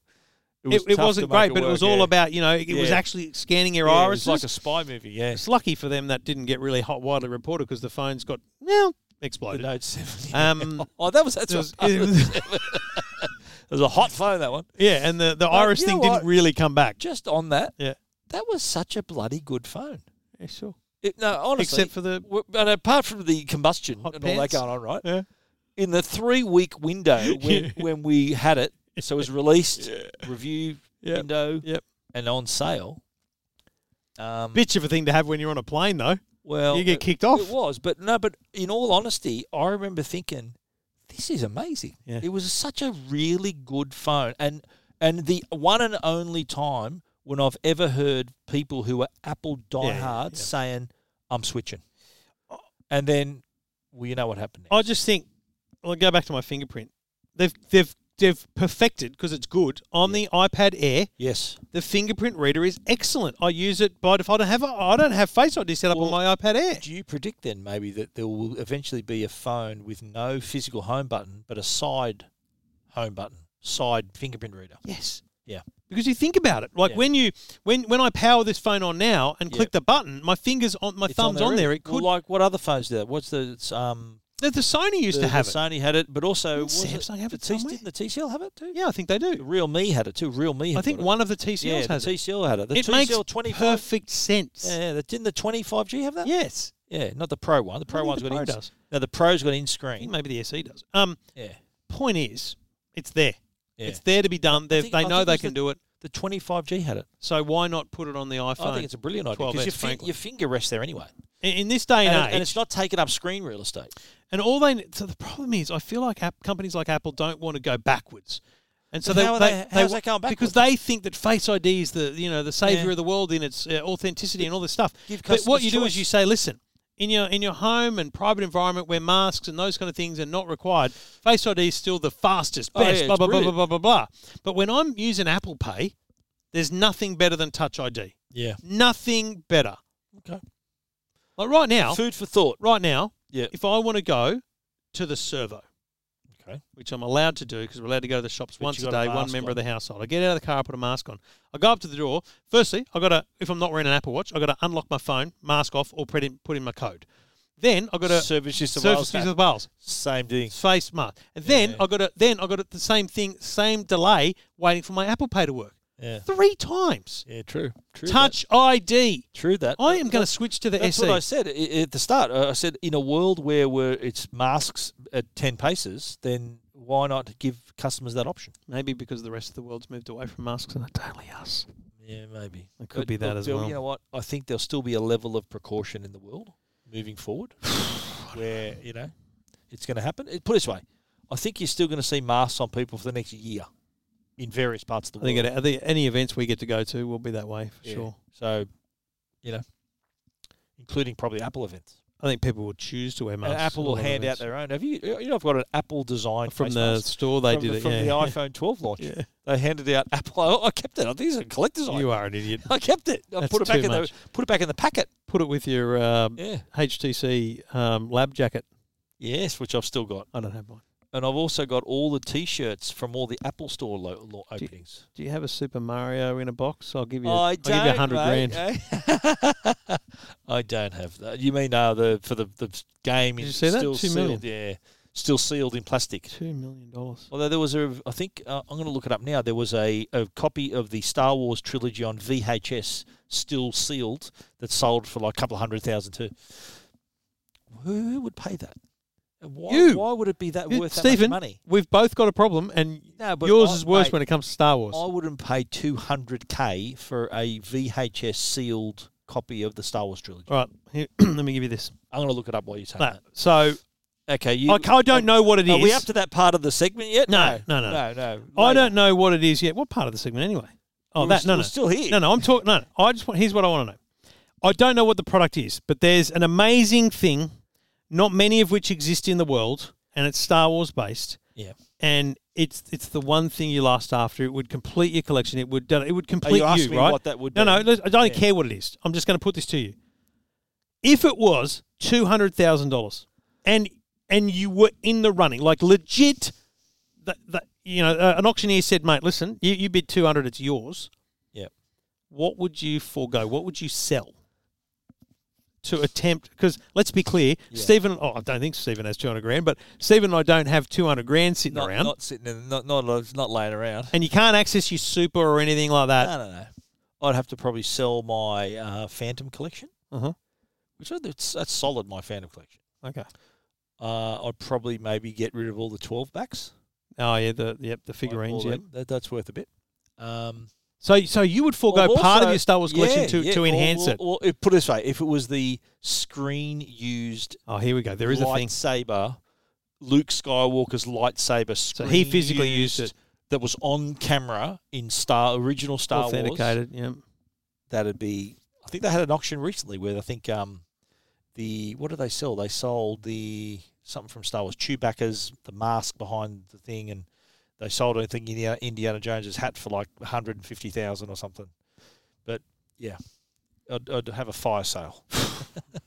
A: It, it
B: tough
A: wasn't
B: to make
A: great, but it
B: work,
A: was all
B: yeah.
A: about you know it was
B: Yeah.
A: actually scanning your
B: Yeah, it
A: irises.
B: was like a spy movie, yeah.
A: it's lucky for them that didn't get really hot widely reported because the phone's got well
B: The
A: exploded.
B: Note 7.
A: Um,
B: oh, that was that's
A: It was-
B: a,
A: it was-
B: it was a hot phone that one.
A: yeah, and the, the iris
B: you
A: thing
B: know
A: didn't
B: what?
A: really come back.
B: Just on that,
A: Yeah,
B: that was such a bloody good phone.
A: yeah sure.
B: It, no, honestly,
A: Except for the-
B: w- but apart from the combustion
A: Hot
B: and all that
A: pants.
B: going on, right?
A: Yeah.
B: In the three week window when, when we had it, so it was released, review
A: Yep.
B: window,
A: Yep.
B: and on sale. Um,
A: Bitch of a thing to have when you're on a plane though.
B: Well,
A: You get
B: it-
A: kicked off.
B: It was, but no, but in all honesty, I remember thinking, this is amazing.
A: Yeah.
B: It was such a really good phone, and and the one and only time when I've ever heard people who are Apple diehards
A: yeah, yeah.
B: saying, "I'm switching," and then, well, you know what happened.
A: I just think well, go back to my fingerprint. They've they've they've perfected because it's good on the iPad Air.
B: Yes,
A: The fingerprint reader is excellent. I use it by default. I don't have I don't have Face ID set up on
B: Well,
A: my iPad Air.
B: Do you predict then maybe that there will eventually be a phone with no physical home button, but a side home button, side fingerprint reader?
A: Yes.
B: Yeah.
A: Because you think about it, like
B: Yeah.
A: when you when when I power this phone on now and
B: Yeah.
A: click the button, my fingers on my
B: It's
A: thumbs on there.
B: already.
A: It could
B: Well, like what other phones do that? What's the it's, um?
A: the, the Sony used
B: the-
A: to have
B: the
A: it.
B: Sony had it, but also
A: Didn't
B: was
A: Samsung have
B: the
A: it somewhere?
B: Didn't the TCL have it too?
A: Yeah, I think they
B: The
A: do.
B: Real Me had it too. Real
A: I
B: Me. had
A: think
B: got it.
A: one of the TCLs
B: Yeah,
A: has
B: the
A: it.
B: TCL had it. The
A: it makes
B: TCL twenty five.
A: perfect sense.
B: Yeah, yeah, the- didn't the twenty five G have that?
A: Yes.
B: yeah, not the Pro one. The Pro
A: think
B: one's
A: the
B: got
A: Pro
B: in.
A: does.
B: No, the Pro's got in
A: I think
B: screen.
A: maybe the SE does. Um,
B: Yeah,
A: point is, it's there.
B: yeah.
A: It's there to be done. They
B: think-
A: they
B: I
A: know
B: think
A: they
B: it's
A: can
B: the-
A: do it.
B: the twenty five G had it.
A: So why not put it on the iPhone?
B: I think it's a brilliant idea
A: 12S,
B: because your, fi-
A: frankly.
B: your finger rests there anyway,
A: in, in this day and,
B: and,
A: age,
B: it- and it's not taking up screen real estate.
A: And all they so the problem is, I feel like app, companies like Apple don't want to go backwards, and so
B: But
A: they
B: how are
A: they,
B: they- how's that going
A: because they think that Face ID is the you know the savior
B: Yeah.
A: of the world in its uh, authenticity and all this stuff.
B: Give
A: But what
B: customers
A: you do is
B: choice.
A: you say, listen, in your in your home and private environment where masks and those kind of things are not required, Face ID is still the fastest,
B: Oh, yeah,
A: best, blah
B: it's
A: blah blah blah
B: brilliant.
A: blah blah blah. But when I'm using Apple Pay, there's nothing better than Touch ID.
B: Yeah.
A: Nothing better.
B: Okay.
A: Like right now,
B: Food for thought.
A: right now,
B: Yeah.
A: if I want to go to the servo
B: Okay.
A: which I'm allowed to do because we're allowed to go to the shops
B: But
A: once
B: you
A: a
B: got a
A: day, one
B: mask
A: member of
B: on.
A: the household. I get out of the car, I put a mask on. I go up to the door. Firstly, I got to, if I'm not wearing an Apple Watch, I got to unlock my phone, mask off, or put in, put in my code. Then I got to
B: uh, Service is the
A: surface
B: Wales
A: with the
B: app.
A: Wales
B: Same thing.
A: face mask, and then
B: Yeah.
A: I got to, then I got to, the same thing, same delay waiting for my Apple Pay to work
B: Yeah.
A: three times.
B: Yeah. True. True.
A: Touch ID.
B: That. True that.
A: I am going to
B: That's-
A: switch to the E.
B: That's
A: SE.
B: what I said i- i- at the start. Uh, I said in a world where we're, it's masks at ten paces, then why not give customers that option?
A: Maybe because the rest of the world's moved away from masks and it's only us.
B: Yeah, maybe
A: It could be that as well.
B: You know what? I think there'll still be a level of precaution in the world moving forward, where you know it's going to happen. It, put it this way, I think you're still going to see masks on people for the next year in various parts of the
A: I think
B: world.
A: at, at the, any events we get to go to will be that way for
B: Yeah.
A: sure.
B: So, you know, including probably Apple events.
A: I think people will choose to wear
B: And
A: masks.
B: Apple will hand out their own. Have you? You know, I've got an Apple design
A: from
B: face
A: the
B: mask
A: store. They
B: from
A: did
B: the,
A: it
B: from
A: yeah.
B: the iPhone 12 launch.
A: Yeah.
B: They handed out Apple. I, I kept it. I think it's a collector's item.
A: You are an idiot.
B: I kept it. I
A: That's
B: put it back
A: too
B: in the
A: much.
B: put it back in the packet.
A: Put it with your um,
B: Yeah.
A: HTC um, lab jacket.
B: Yes, which I've still got,
A: I don't have mine.
B: and I've also got all the T-shirts from all the Apple Store lo- lo-
A: Do you-
B: openings.
A: Do you have a Super Mario in a box? I'll give you.
B: I Eh?
A: I'll give you a hundred grand.
B: grand. I don't have that. You mean uh, the for the, the game
A: Did
B: is
A: you see that?
B: still
A: Two
B: sealed? Yeah, still sealed in plastic.
A: Two million dollars.
B: Although there was a, I think uh, I'm going to look it up now. There was a, a copy of the Star Wars trilogy on VHS, still sealed, that sold for like a couple of hundred thousand too. Who would pay that? And Why,
A: You.
B: why would it be that
A: You-
B: worth that
A: Stephen,
B: much money?
A: We've both got a problem, and
B: No, but
A: yours
B: I-
A: is worse
B: mate,
A: when it comes to Star Wars.
B: I wouldn't pay 200k for a VHS sealed copy of the Star Wars trilogy.
A: Right, here, let me give you this.
B: I'm going to look it up while you say
A: No, so
B: that. Okay, you. um,
A: I, I don't know what it is.
B: Are we up to that part of the segment yet?
A: No, no, no.
B: no, no.
A: I
B: later.
A: don't know what it is yet. What part of the segment anyway? Oh,
B: We're
A: that
B: still-
A: no, no,
B: we're still here.
A: No, no. I'm talking. No, no. I just want. Here's what I want to know. I don't know what the product is, but there's an amazing thing, not many of which exist in the world, and it's Star Wars based.
B: Yeah.
A: And it's it's the one thing you last after. It would complete your collection. It would it would
B: Are
A: complete
B: you asking me
A: right?
B: what that would
A: no,
B: be?
A: no. let's- I don't
B: Yeah.
A: care what it is. I'm just going to put this to you. If it was two hundred thousand dollars, and and you were in the running, like legit, that, that you know, uh, an auctioneer said, "Mate, listen, you, you bid two hundred, it's yours."
B: Yep.
A: What would you forego? What would you sell to attempt? Because let's be clear,
B: Yeah.
A: Stephen. Oh, I don't think Stephen has two hundred grand, but Stephen and I don't have two hundred grand sitting
B: not,
A: around,
B: Not sitting in, not not not laying around.
A: and you can't access your super or anything like that.
B: No, no, no. I'd have to probably sell my uh, Phantom collection,
A: Uh-huh.
B: which I, that's, that's solid. My Phantom collection.
A: Okay.
B: Uh, I'd probably maybe get rid of all the twelve backs
A: Oh yeah, the yep, the
B: Like,
A: figurines.
B: all
A: Yep.
B: them. That, that's worth a bit. Um,
A: So, so you would forego
B: I've
A: part of
B: also-
A: your Star Wars collection
B: yeah,
A: to,
B: yeah,
A: to
B: or-
A: enhance
B: or-
A: it.
B: Or, if- put it this way: if it was the screen used
A: Oh, here we go. There is a thing.
B: lightsaber, Luke Skywalker's lightsaber
A: So
B: screen,
A: he physically used it.
B: That was on camera in Star original Star Wars.
A: authenticated. Yeah.
B: that'd be. I think they had an auction recently where I think um, the what did they sell? They sold the something from Star Wars, Chewbacca's the mask behind the thing, and they sold I think Indiana, Indiana Jones's hat for like one hundred and fifty thousand or something. But yeah, I'd, I'd have a fire sale.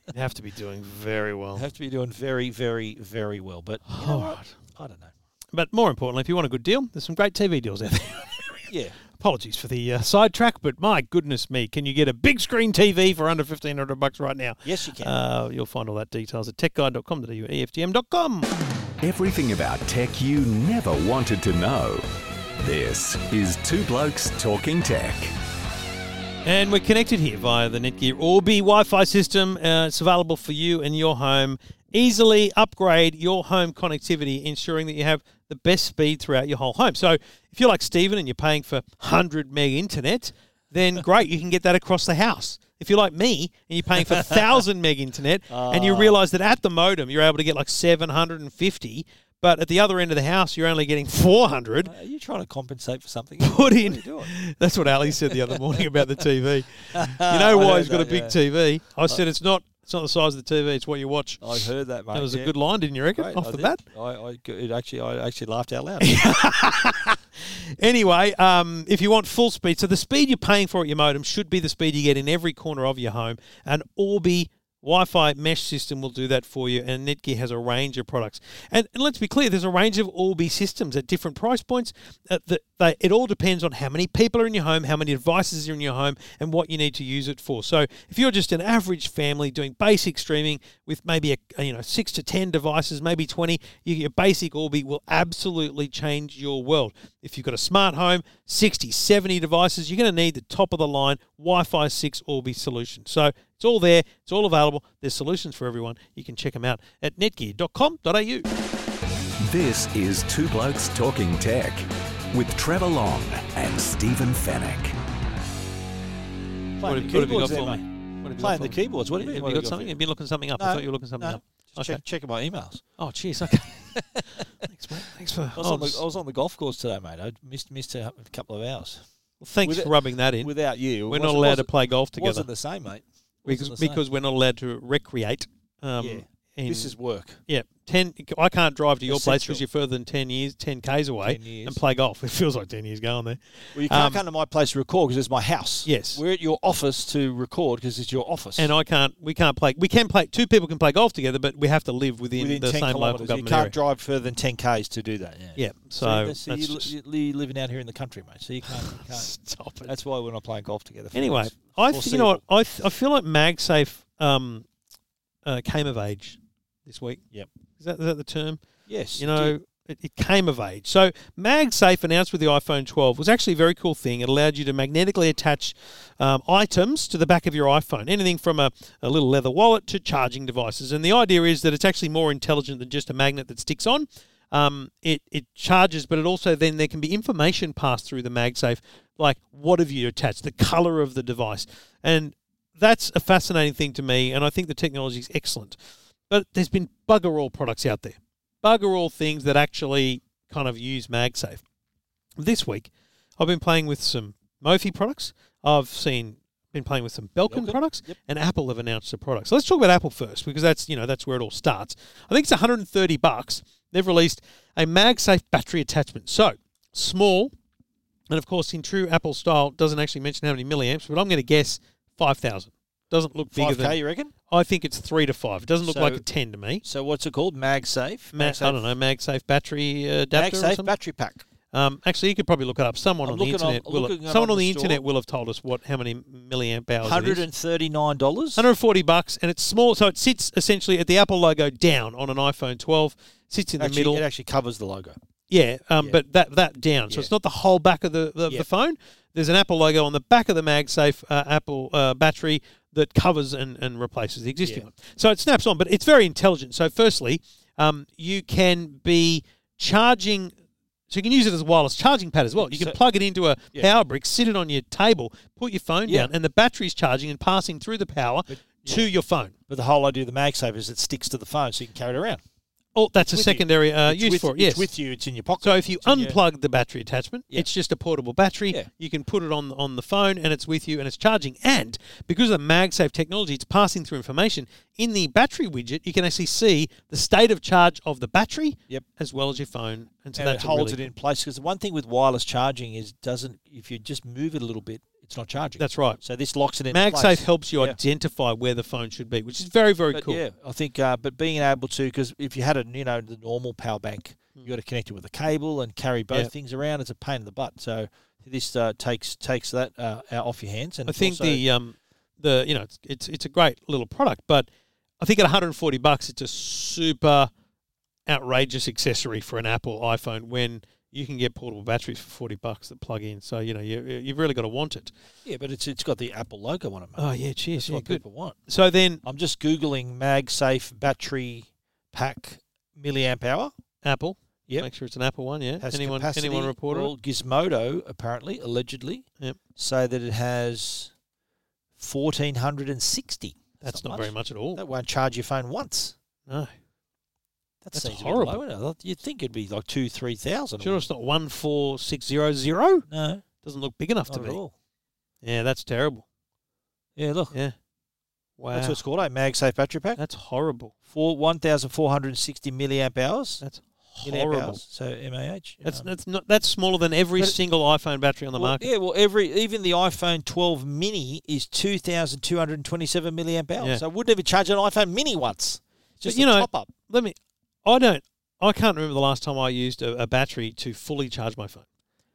A: You'd have to be doing very well.
B: I'd have to be doing very, very, very well. But you know
A: All
B: what?
A: right.
B: I don't know.
A: But more importantly, if you want a good deal, there's some great TV deals out there.
B: Yeah,
A: Apologies for the uh, sidetrack, but my goodness me, can you get a big screen TV for under 1500 bucks right now?
B: yes you can.
A: Uh, you'll find all that details at techguide.com.au, EFTM.com.
C: Everything about tech you never wanted to know. This is Two Blokes Talking Tech.
A: And we're connected here via the Netgear Orbi Wi Fi system. Uh, it's available for you and your home. Easily upgrade your home connectivity, ensuring that you have the best speed throughout your whole home. So, if you're like Stephen and you're paying for 100 meg internet, then great, you can get that across the house. If you're like me and you're paying for 1,000 meg internet and you realize that at the modem you're able to get like 750, but at the other end of the house you're only getting 400,
B: Are you trying to compensate for something?
A: put in.
B: What are you doing?
A: That's what Ali said the other morning about the TV. You know why
B: heard
A: he's got a
B: that,
A: big
B: yeah.
A: TV? I said it's not it's not the size of the TV; it's what you watch.
B: I heard that, mate.
A: That was a
B: yeah.
A: good line, didn't you reckon?
B: Great,
A: Off
B: I
A: the
B: did.
A: bat.
B: I, I it actually, I actually laughed out loud.
A: Anyway, um, if you want full speed, so the speed you're paying for at your modem should be the speed you get in every corner of your home. An Orbi Wi-Fi mesh system will do that for you, and Netgear has a range of products. And, and let's be clear, there's a range of Orbi systems at different price points. Uh, the, they, it all depends on how many people are in your home, how many devices are in your home, and what you need to use it for. So if you're just an average family doing basic streaming with maybe a, a, you know six to ten devices, maybe twenty, you, your basic Orbi will absolutely change your world. If you've got a smart home, 60, 70 devices, you're going to need the top of the line Wi-Fi six Orbi solution. So it's all there, it's all available. There's solutions for everyone. You can check them out at netgear.com.au.
C: This is Two Blokes Talking Tech with Trevor Long and Stephen Fennick.
A: What have,
B: Playing the
A: what have you got
B: keyboards there,
A: for
B: mate.
A: me? What have you got
B: Playing
A: for
B: the
A: me?
B: keyboards. What do you mean?
A: Have
B: What
A: you
B: have
A: got something?
B: for
A: Have you looking something up?
B: No,
A: I thought you were looking something
B: no,
A: up.
B: Just check, checking my emails.
A: Oh, jeez. Okay. Thanks, mate. Thanks for.
B: I was,
A: oh,
B: on the,
A: just-
B: I was on the golf course today, mate. I missed missed a couple of hours.
A: thanks
B: with
A: for
B: it-
A: rubbing that in.
B: Without you, it
A: We're not
B: wasn't-
A: allowed to
B: wasn't-
A: play golf together.
B: Wasn't the same, mate. Wasn't
A: because,
B: the same.
A: because we're not allowed to recreate. Um,
B: Yeah.
A: in-
B: this is work.
A: yeah, ten. I can't drive to your place
B: Essential.
A: because you're further than ten years, ten k's away,
B: 10 years.
A: and play golf. It feels like ten years going there.
B: Well, you can't
A: Um,
B: come to my place to record because it's my house.
A: Yes.
B: we're at your office to record because it's your office.
A: And I can't. We can't play. We can play. Two people can play golf together, but we have to live within,
B: within
A: the
B: ten
A: same local
B: kilometres, you
A: government
B: can't
A: area.
B: drive further than ten k's to do that. Yeah.
A: yeah. So
B: So, that's-
A: that's
B: you,
A: just-
B: you, you're living out here in the country, mate. So you can't. You can't.
A: stop it.
B: That's why we're not playing golf together. for
A: Anyway,
B: this.
A: I th- you know what
B: foreseeable.
A: I th- I feel like MagSafe um, uh, came of age this week.
B: Yep.
A: Is that, is that the term?
B: Yes.
A: You know, it, it came of age. So MagSafe announced with the iPhone 12 was actually a very cool thing. It allowed you to magnetically attach um, items to the back of your iPhone, anything from a, a little leather wallet to charging devices. And the idea is that it's actually more intelligent than just a magnet that sticks on. Um, it, it charges, but it also then there can be information passed through the MagSafe, like what have you attached, the color of the device. And that's a fascinating thing to me, and I think the technology is excellent. But there's been bugger all products out there bugger all things that actually kind of use MagSafe. This week, I've been playing with some Mophie products. I've seen been playing with some Belkin,
B: Belkin,
A: products,
B: yep.
A: and Apple have announced the products. So let's talk about Apple first because that's you know that's where it all starts. I think it's 130 bucks. They've released a MagSafe battery attachment. So small, and of course in true Apple style, it doesn't actually mention how many milliamps, but I'm going to guess 5,000. Doesn't look bigger
B: five k.
A: than
B: You reckon?
A: I think it's three to five. It doesn't look
B: So-
A: like a ten to me.
B: So what's it called? MagSafe.
A: Ma- I don't know, MagSafe battery uh, adapter. or
B: MagSafe
A: something?
B: battery pack.
A: um, actually, you could probably look it up. Someone
B: I'm
A: on the
B: looking on-
A: internet will.
B: looking it
A: someone
B: on
A: on the,
B: the store.
A: internet will have told us what how many milliamp hours.
B: Hundred
A: it is.
B: and thirty nine dollars.
A: 140 bucks, and it's small, so it sits essentially at the Apple logo down on an iPhone 12. Sits in the middle.
B: It actually covers the logo.
A: Yeah, um,
B: Yeah.
A: but that that down, so
B: Yeah.
A: it's not the whole back of the, the,
B: Yeah.
A: the phone. There's an Apple logo on the back of the MagSafe uh, Apple uh, battery that covers and, and replaces the existing
B: Yeah.
A: one. So it snaps on, but it's very intelligent. So firstly, um, you can be charging. So you can use it as a wireless charging pad as well. You can
B: So-
A: plug it into a
B: Yeah.
A: power brick, sit it on your table, put your phone
B: Yeah.
A: down, and the battery's charging and passing through the power to your phone.
B: But the whole idea of the MagSafe is it sticks to the phone, so you can carry it around.
A: Oh, that's a
B: with you.
A: secondary uh,
B: It's
A: use
B: with,
A: for it.
B: it's
A: Yes,
B: with you. It's in your pocket.
A: So if you
B: It's in your-
A: unplug the battery attachment,
B: Yeah.
A: it's just a portable battery.
B: Yeah.
A: You can put it on on the phone, and it's with you, and it's charging. And because of the MagSafe technology, it's passing through information in the battery widget. You can actually see the state of charge of the battery,
B: Yep.
A: as well as your phone, and so
B: and
A: that
B: it holds it in place. Because the one thing with wireless charging is doesn't if you just move it a little bit, it's not charging.
A: That's right.
B: So this locks it in.
A: MagSafe
B: place.
A: helps you
B: Yeah.
A: identify where the phone should be, which is very very
B: But
A: cool.
B: yeah, I think. Uh, but being able to because if you had a you know the normal power bank, you got to connect it with a cable and carry both
A: Hmm. Yeah.
B: things around. It's a pain in the butt. So this uh, takes takes that uh, out off your hands. And
A: I think
B: also-
A: the um the you know it's, it's it's a great little product, but I think at 140 bucks it's a super outrageous accessory for an Apple iPhone when you can get portable batteries for 40 bucks that plug in. So you know you you've really got to want it.
B: yeah, but it's it's got the Apple logo on it. Mate.
A: Oh yeah,
B: That's
A: cheers. Yeah,
B: what
A: good.
B: people want.
A: So then
B: I'm just googling MagSafe battery pack milliamp hour.
A: Apple.
B: Yep.
A: Make sure it's an Apple one. Yeah.
B: Has
A: anyone
B: capacity.
A: anyone reported?
B: Well, Gizmodo apparently, allegedly,
A: Yep.
B: say that it has fourteen hundred and sixty.
A: That's not very much at all.
B: That won't charge your phone once.
A: No.
B: That
A: That's
B: seems a bit
A: horrible.
B: low, isn't it? You'd think it'd be like two, three thousand.
A: Sure, it's not one four six zero zero.
B: No,
A: Doesn't look big enough
B: not
A: to
B: at
A: me.
B: all.
A: Yeah, that's terrible.
B: Yeah, look,
A: Yeah. Wow.
B: that's what it's called. A MagSafe battery pack,
A: that's horrible.
B: four one thousand four hundred and sixty milliamp hours.
A: That's
B: Milliamp
A: horrible.
B: hours, So mAh.
A: That's
B: um,
A: that's not that's smaller than every
B: But it-
A: single iPhone battery on the
B: well,
A: market.
B: Yeah, well, every even the iPhone 12 mini is 2,227 milliamp hours.
A: Yeah.
B: So I wouldn't even charge an iPhone mini once. It's Just
A: you
B: a
A: know-
B: top up.
A: Let me. I don't. I can't remember the last time I used a, a battery to fully charge my phone.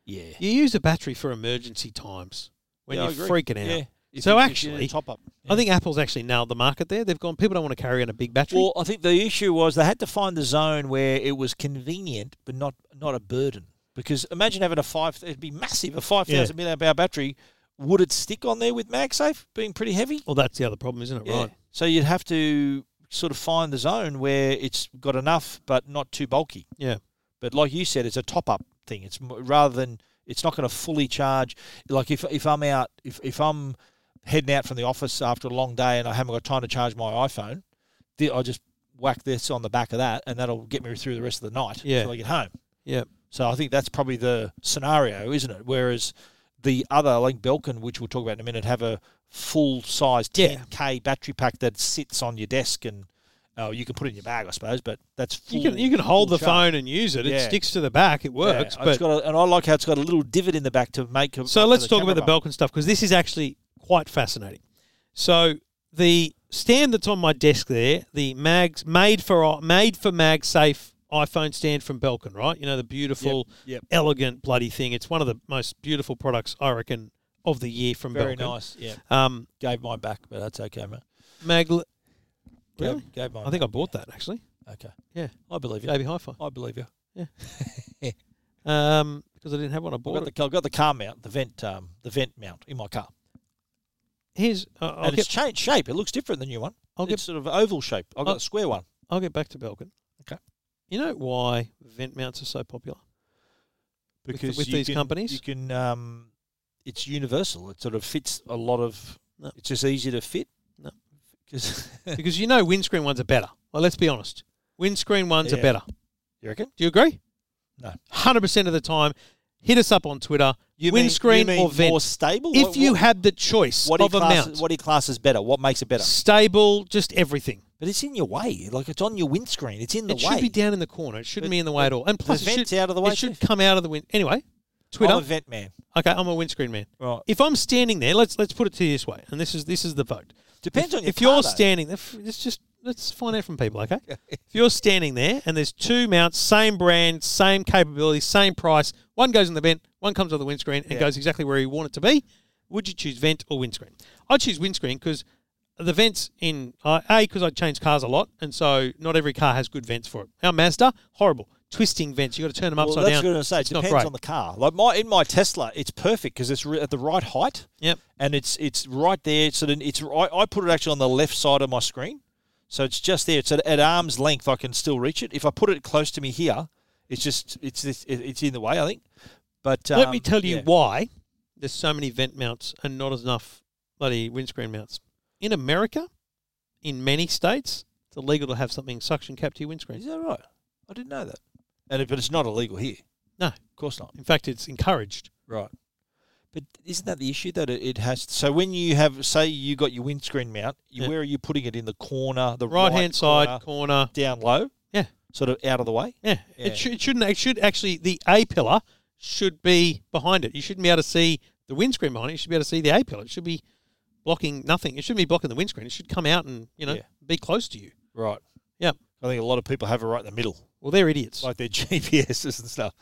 B: Yeah.
A: You use a battery for emergency times when
B: Yeah, I
A: you're
B: agree.
A: freaking out.
B: Yeah. If
A: So
B: you- if you
A: actually-
B: did a top up.
A: I think Apple's actually nailed the market there. They've gone. People don't want to carry on a big battery.
B: Well, I think the issue was they had to find the zone where it was convenient but not not a burden. Because imagine having a five, it'd be massive. A five thousand milliamp hour battery, would it stick on there with MagSafe being pretty heavy?
A: well, that's the other problem, isn't it? Right.
B: So you'd have to sort of find the zone where it's got enough but not too bulky.
A: Yeah.
B: But like you said, it's a top up thing. It's m- rather than it's not going to fully charge. Like if if I'm out, if if I'm heading out from the office after a long day and I haven't got time to charge my iPhone, the, I just whack this on the back of that, and that'll get me through the rest of the night
A: Yeah.
B: till I get home.
A: Yeah.
B: So I think that's probably the scenario, isn't it? Whereas the other, like Belkin, which we'll talk about in a minute, have a full size
A: Yeah.
B: 10k battery pack that sits on your desk and oh, you can put it in your bag, I suppose. But that's full,
A: You can you can hold
B: full
A: the
B: charge.
A: phone and use it. It
B: Yeah.
A: sticks to the back. It
B: Yeah,
A: works.
B: it's
A: but
B: got a- and I like how it's got a little divot in the back to make. A,
A: so let's talk about the
B: belt.
A: Belkin stuff because this is actually quite fascinating. So the stand that's on my desk there, the mags made for made for MagSafe iPhone stand from Belkin, right? You know the beautiful,
B: yep.
A: elegant bloody thing. It's one of the most beautiful products I reckon of the year from
B: Very
A: Belkin.
B: nice. Yeah,
A: Um,
B: gave mine back, but that's okay, mate.
A: Mag,
B: Gave-
A: Really?
B: Gave, mine.
A: I think I bought that actually.
B: back. okay.
A: Yeah,
B: I believe you.
A: JB Hi-Fi.
B: I believe you.
A: Um, because I didn't have one, I
B: I've
A: bought
B: got
A: it.
B: the, I've got the car mount, the vent, um, the vent mount in my car,
A: Here's uh, I'll
B: and
A: get
B: it's changed shape. It looks different than the new one.
A: I'll
B: it's
A: get-
B: sort of oval shape. I've got
A: I'll-
B: a square one.
A: I'll get back to Belkin.
B: Okay.
A: You know why vent mounts are so popular? With the-
B: because
A: with
B: you
A: these
B: can-
A: companies?
B: you can um, it's universal. It sort of fits a lot of.
A: No.
B: It's just easy to fit.
A: No.
B: 'Cause-
A: because you know windscreen ones are better. Well, let's be honest. Windscreen ones are
B: Yeah.
A: better.
B: you reckon?
A: Do you agree?
B: No.
A: 100% of the time, hit us up on Twitter, windscreen or vent.
B: More stable.
A: if
B: What-
A: you
B: what-
A: had the choice
B: what do you
A: of a
B: class-
A: mount,
B: what do you class as better? What makes it better?
A: stable, just everything.
B: But it's in your way. Like it's on your windscreen. It's in the
A: it
B: way.
A: should be down in the corner. It shouldn't
B: But
A: be in the way at all. And plus, it
B: vent's
A: should,
B: out of the way
A: It should
B: too.
A: come out of the wind. Anyway,
B: I'm
A: Twitter.
B: a vent man.
A: okay, I'm a windscreen man.
B: Right.
A: If I'm standing there, let's let's put it to you this way, and this is this is the vote.
B: Depends
A: if,
B: on your
A: if you're
B: car, though.
A: standing. If, it's just let's find out from people, okay? if you're standing there and there's two mounts, same brand, same capability, same price. One goes in the vent, one comes on the windscreen, and
B: Yeah.
A: goes exactly where you want it to be. Would you choose vent or windscreen? I choose windscreen because the vents in uh, a because I change cars a lot, and so not every car has good vents for it. Our Mazda horrible twisting vents. You got to turn them
B: well,
A: upside
B: that's
A: down.
B: what I'm saying.
A: It's not
B: Depends
A: great.
B: on the car. Like my in my Tesla, it's perfect because it's re- at the right height.
A: Yep.
B: and it's it's right there. So then it's I, I put it actually on the left side of my screen, so it's just there. It's at, at arm's length. I can still reach it. If I put it close to me here, it's just it's it's, it's in the way. I think. But um,
A: Let me tell you
B: yeah.
A: why there's so many vent mounts and not enough bloody windscreen mounts. In America, in many states, it's illegal to have something suction cap to your windscreen.
B: Is that right? I didn't know that. And it, but it's not illegal here.
A: No.
B: Of course not.
A: In fact, it's encouraged.
B: Right. But isn't that the issue that it, it has? So when you have, say, you got your windscreen mount, you,
A: Yeah.
B: where are you putting it in the corner, the
A: Right hand side
B: corner,
A: corner.
B: down low,
A: Yeah.
B: sort of out of the way?
A: Yeah.
B: Yeah.
A: It, should, it shouldn't. It should actually the A pillar should be behind it. You shouldn't be able to see the windscreen behind it. You should be able to see the A pillar. It should be blocking nothing. It shouldn't be blocking the windscreen. It should come out and you know
B: Yeah.
A: be close to you.
B: Right.
A: Yeah.
B: I think a lot of people have it right in the middle,
A: Well, they're idiots,
B: like their GPSs and stuff.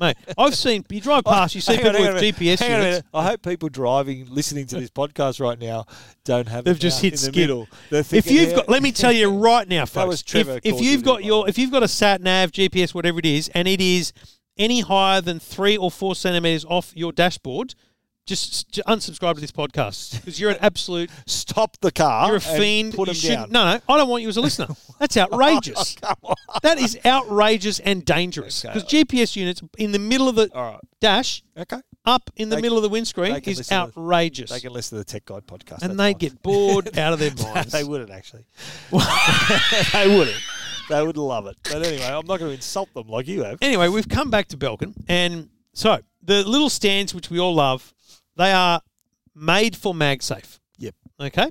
A: mate. I've seen you drive past. You see
B: Oh, Hang on,
A: people
B: hang on
A: with
B: a minute.
A: GPS
B: Hang on a
A: units.
B: minute. I hope people driving, listening to this podcast right now, don't have.
A: They've
B: it
A: just
B: out
A: hit
B: in
A: skip.
B: The middle. They're
A: if
B: thinking
A: you've
B: they're-
A: got, let me tell you right now, folks.
B: was Trevor
A: if, if
B: called
A: you've
B: it,
A: got
B: by the
A: your,
B: way.
A: if you've got a sat nav, GPS, whatever it is, and it is any higher than three or four centimeters off your dashboard, just s- j- unsubscribe to this podcast because you're an absolute,
B: stop the car,
A: you're a
B: and
A: fiend.
B: Put
A: You
B: them
A: shouldn't-
B: down.
A: No, no, I don't want you as a listener. That's outrageous.
B: Come on.
A: that is outrageous and dangerous
B: Okay.
A: because GPS units in the middle of the
B: All right.
A: dash,
B: Okay.
A: up in the
B: They-
A: middle of the windscreen
B: they can
A: is
B: listen to-
A: outrageous,
B: They can listen to the Tech Guide podcast,
A: and
B: that's
A: they
B: fine.
A: get bored out of their minds.
B: they wouldn't actually. they wouldn't. They would love it. But anyway, I'm not going to insult them like you have.
A: anyway, we've come back to Belkin, and so the little stands which we all love, they are made for MagSafe.
B: Yep.
A: Okay.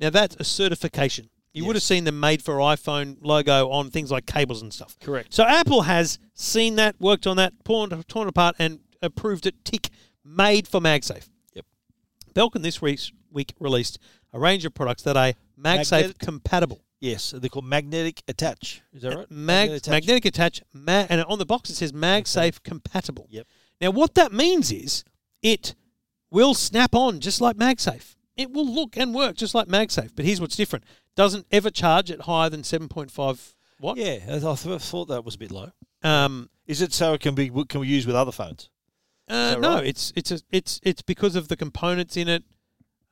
A: Now that's a certification. You would have seen the made for iPhone logo on things like cables and stuff.
B: Correct.
A: So Apple has seen that, worked on that, torn, torn apart, and approved it. Tick, made for MagSafe.
B: Yep.
A: Belkin this week, week released a range of products that are MagSafe
B: Magnetic-
A: compatible.
B: Yes, they're called magnetic attach. Is that right?
A: Mag,
B: attach.
A: magnetic attach, ma- and on the box it says MagSafe compatible.
B: Yep.
A: Now, what that means is it will snap on just like MagSafe. It will look and work just like MagSafe. But here's what's different: doesn't ever charge at higher than seven point five watt.
B: Yeah, I th- I thought that was a bit low.
A: Um,
B: Is it so it can be can we use with other phones?
A: uh,
B: that
A: no,
B: right?
A: it's it's a, it's it's because of the components in it.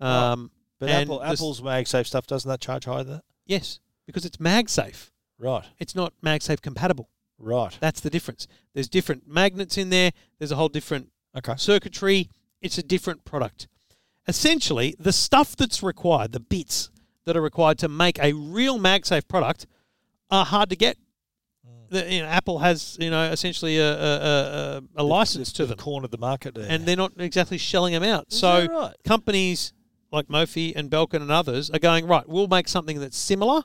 B: Right.
A: Um,
B: But
A: and
B: Apple,
A: the s-
B: Apple's MagSafe stuff doesn't that charge higher than that?
A: yes, because it's MagSafe.
B: Right,
A: It's not MagSafe compatible.
B: right,
A: That's the difference. There's different magnets in there. There's a whole different
B: okay.
A: circuitry. It's a different product. Essentially, the stuff that's required, the bits that are required to make a real MagSafe product, are hard to get. the, you know, Apple has you know essentially a a, a, a license to them,
B: cornered the market there.
A: and they're not exactly shelling them out. so
B: that right?
A: companies like Mophie and Belkin and others are going right. We'll make something that's similar,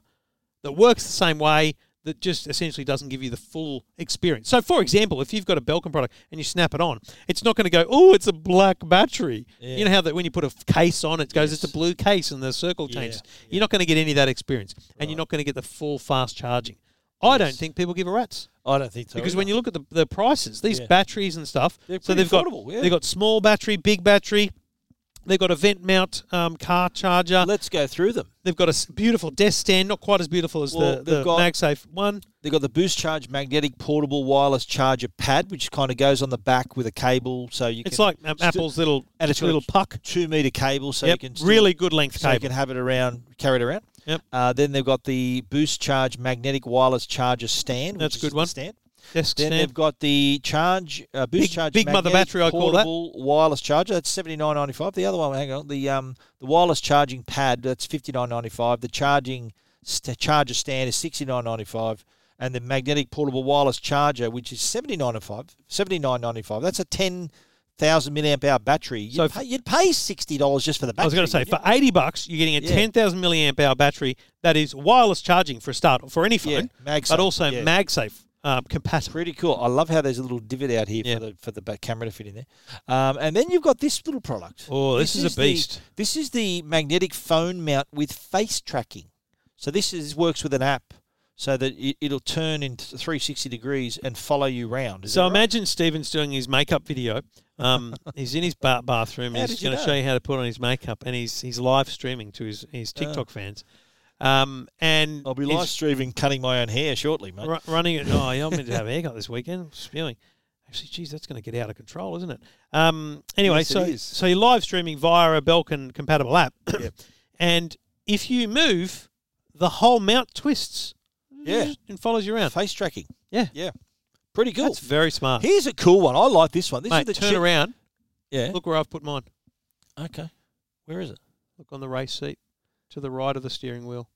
A: that works the same way, that just essentially doesn't give you the full experience. So, for example, if you've got a Belkin product and you snap it on, it's not going to go, "Oh, it's a black battery." You know how that when you put a f- case on, it goes, "It's a blue case," and the circle changes. You're not going to get any of that experience, and you're not going to get the full fast charging. I don't think people give a rat's.
B: I don't think so.
A: Because
B: either.
A: when you look at the, the prices, these
B: Oh, Yeah.
A: batteries and stuff,
B: They're
A: so
B: pretty
A: they've got
B: affordable, yeah.
A: they've got small battery, big battery, they've got a vent mount um, car charger,
B: let's go through them.
A: they've got a s- beautiful desk stand, not quite as beautiful as the,
B: Well, they've
A: the
B: got-
A: MagSafe one.
B: They've got the Boost Charge magnetic portable wireless charger pad, which kind of goes on the back with a cable, so you.
A: It's
B: can
A: like um,
B: still-
A: Apple's little
B: and it's got a
A: little puck.
B: two meter cable, so
A: yep,
B: you can still-
A: really good length
B: so you
A: cable.
B: can have it around, carry it around.
A: Yep.
B: Uh, then they've got the Boost Charge magnetic wireless charger stand.
A: That's
B: which
A: a good
B: is the
A: one.
B: Stand.
A: desk
B: Then
A: stand.
B: they've got the charge uh, boost
A: Big-
B: charge
A: big mother
B: magnetic
A: battery, I call that.
B: portable wireless charger. That's seventy nine ninety five. The other one, hang on, the um the wireless charging pad that's fifty nine ninety five. The charging st- charger stand is sixty nine ninety five, and the magnetic portable wireless charger, which is seventy nine ninety five. Seventy nine ninety five. That's a ten thousand milliamp hour battery. You'd,
A: So if-
B: pay, you'd pay sixty dollars just for the battery.
A: I was going to say,
B: wouldn't
A: for 80 bucks, you're getting a
B: Yeah.
A: 10,000 milliamp hour battery that is wireless charging for a start, for any
B: Yeah,
A: phone,
B: MagSafe,
A: but also
B: yeah.
A: MagSafe um, compatible.
B: you? pretty cool. I love how there's a little divot out here
A: Yeah.
B: for the for the back camera to fit in there. Um, and then you've got this little product.
A: Oh, this is a
B: the-
A: beast.
B: this is the magnetic phone mount with face tracking. So this is works with an app, so that it, it'll turn in 360 degrees and follow you round. Is
A: So
B: that right?
A: imagine Stephen's doing his makeup video. Um, he's in his ba- bathroom.
B: How
A: And he's
B: did you
A: going to
B: know?
A: show you how to put on his makeup, and he's he's live streaming to his, his TikTok fans. Um, and
B: Ah. I'll be
A: he's
B: live streaming cutting my own hair shortly, mate.
A: ru- running it. Oh, yeah, I'm meant to have a haircut this weekend. I'm spewing. Actually, geez, that's going to get out of control, isn't it? Um, anyway,
B: Yes, it
A: so
B: is.
A: so you're live streaming via a Belkin compatible app, and if you move, the whole mount twists.
B: Yeah.
A: and follows you around.
B: Face tracking.
A: Yeah.
B: yeah, pretty cool.
A: That's very smart.
B: Here's a cool one. I like this one. This
A: Mate,
B: is the
A: turn
B: cheap-
A: around.
B: Yeah.
A: Look where I've put mine.
B: Okay. Where is it?
A: Look on the race seat to the right of the steering wheel.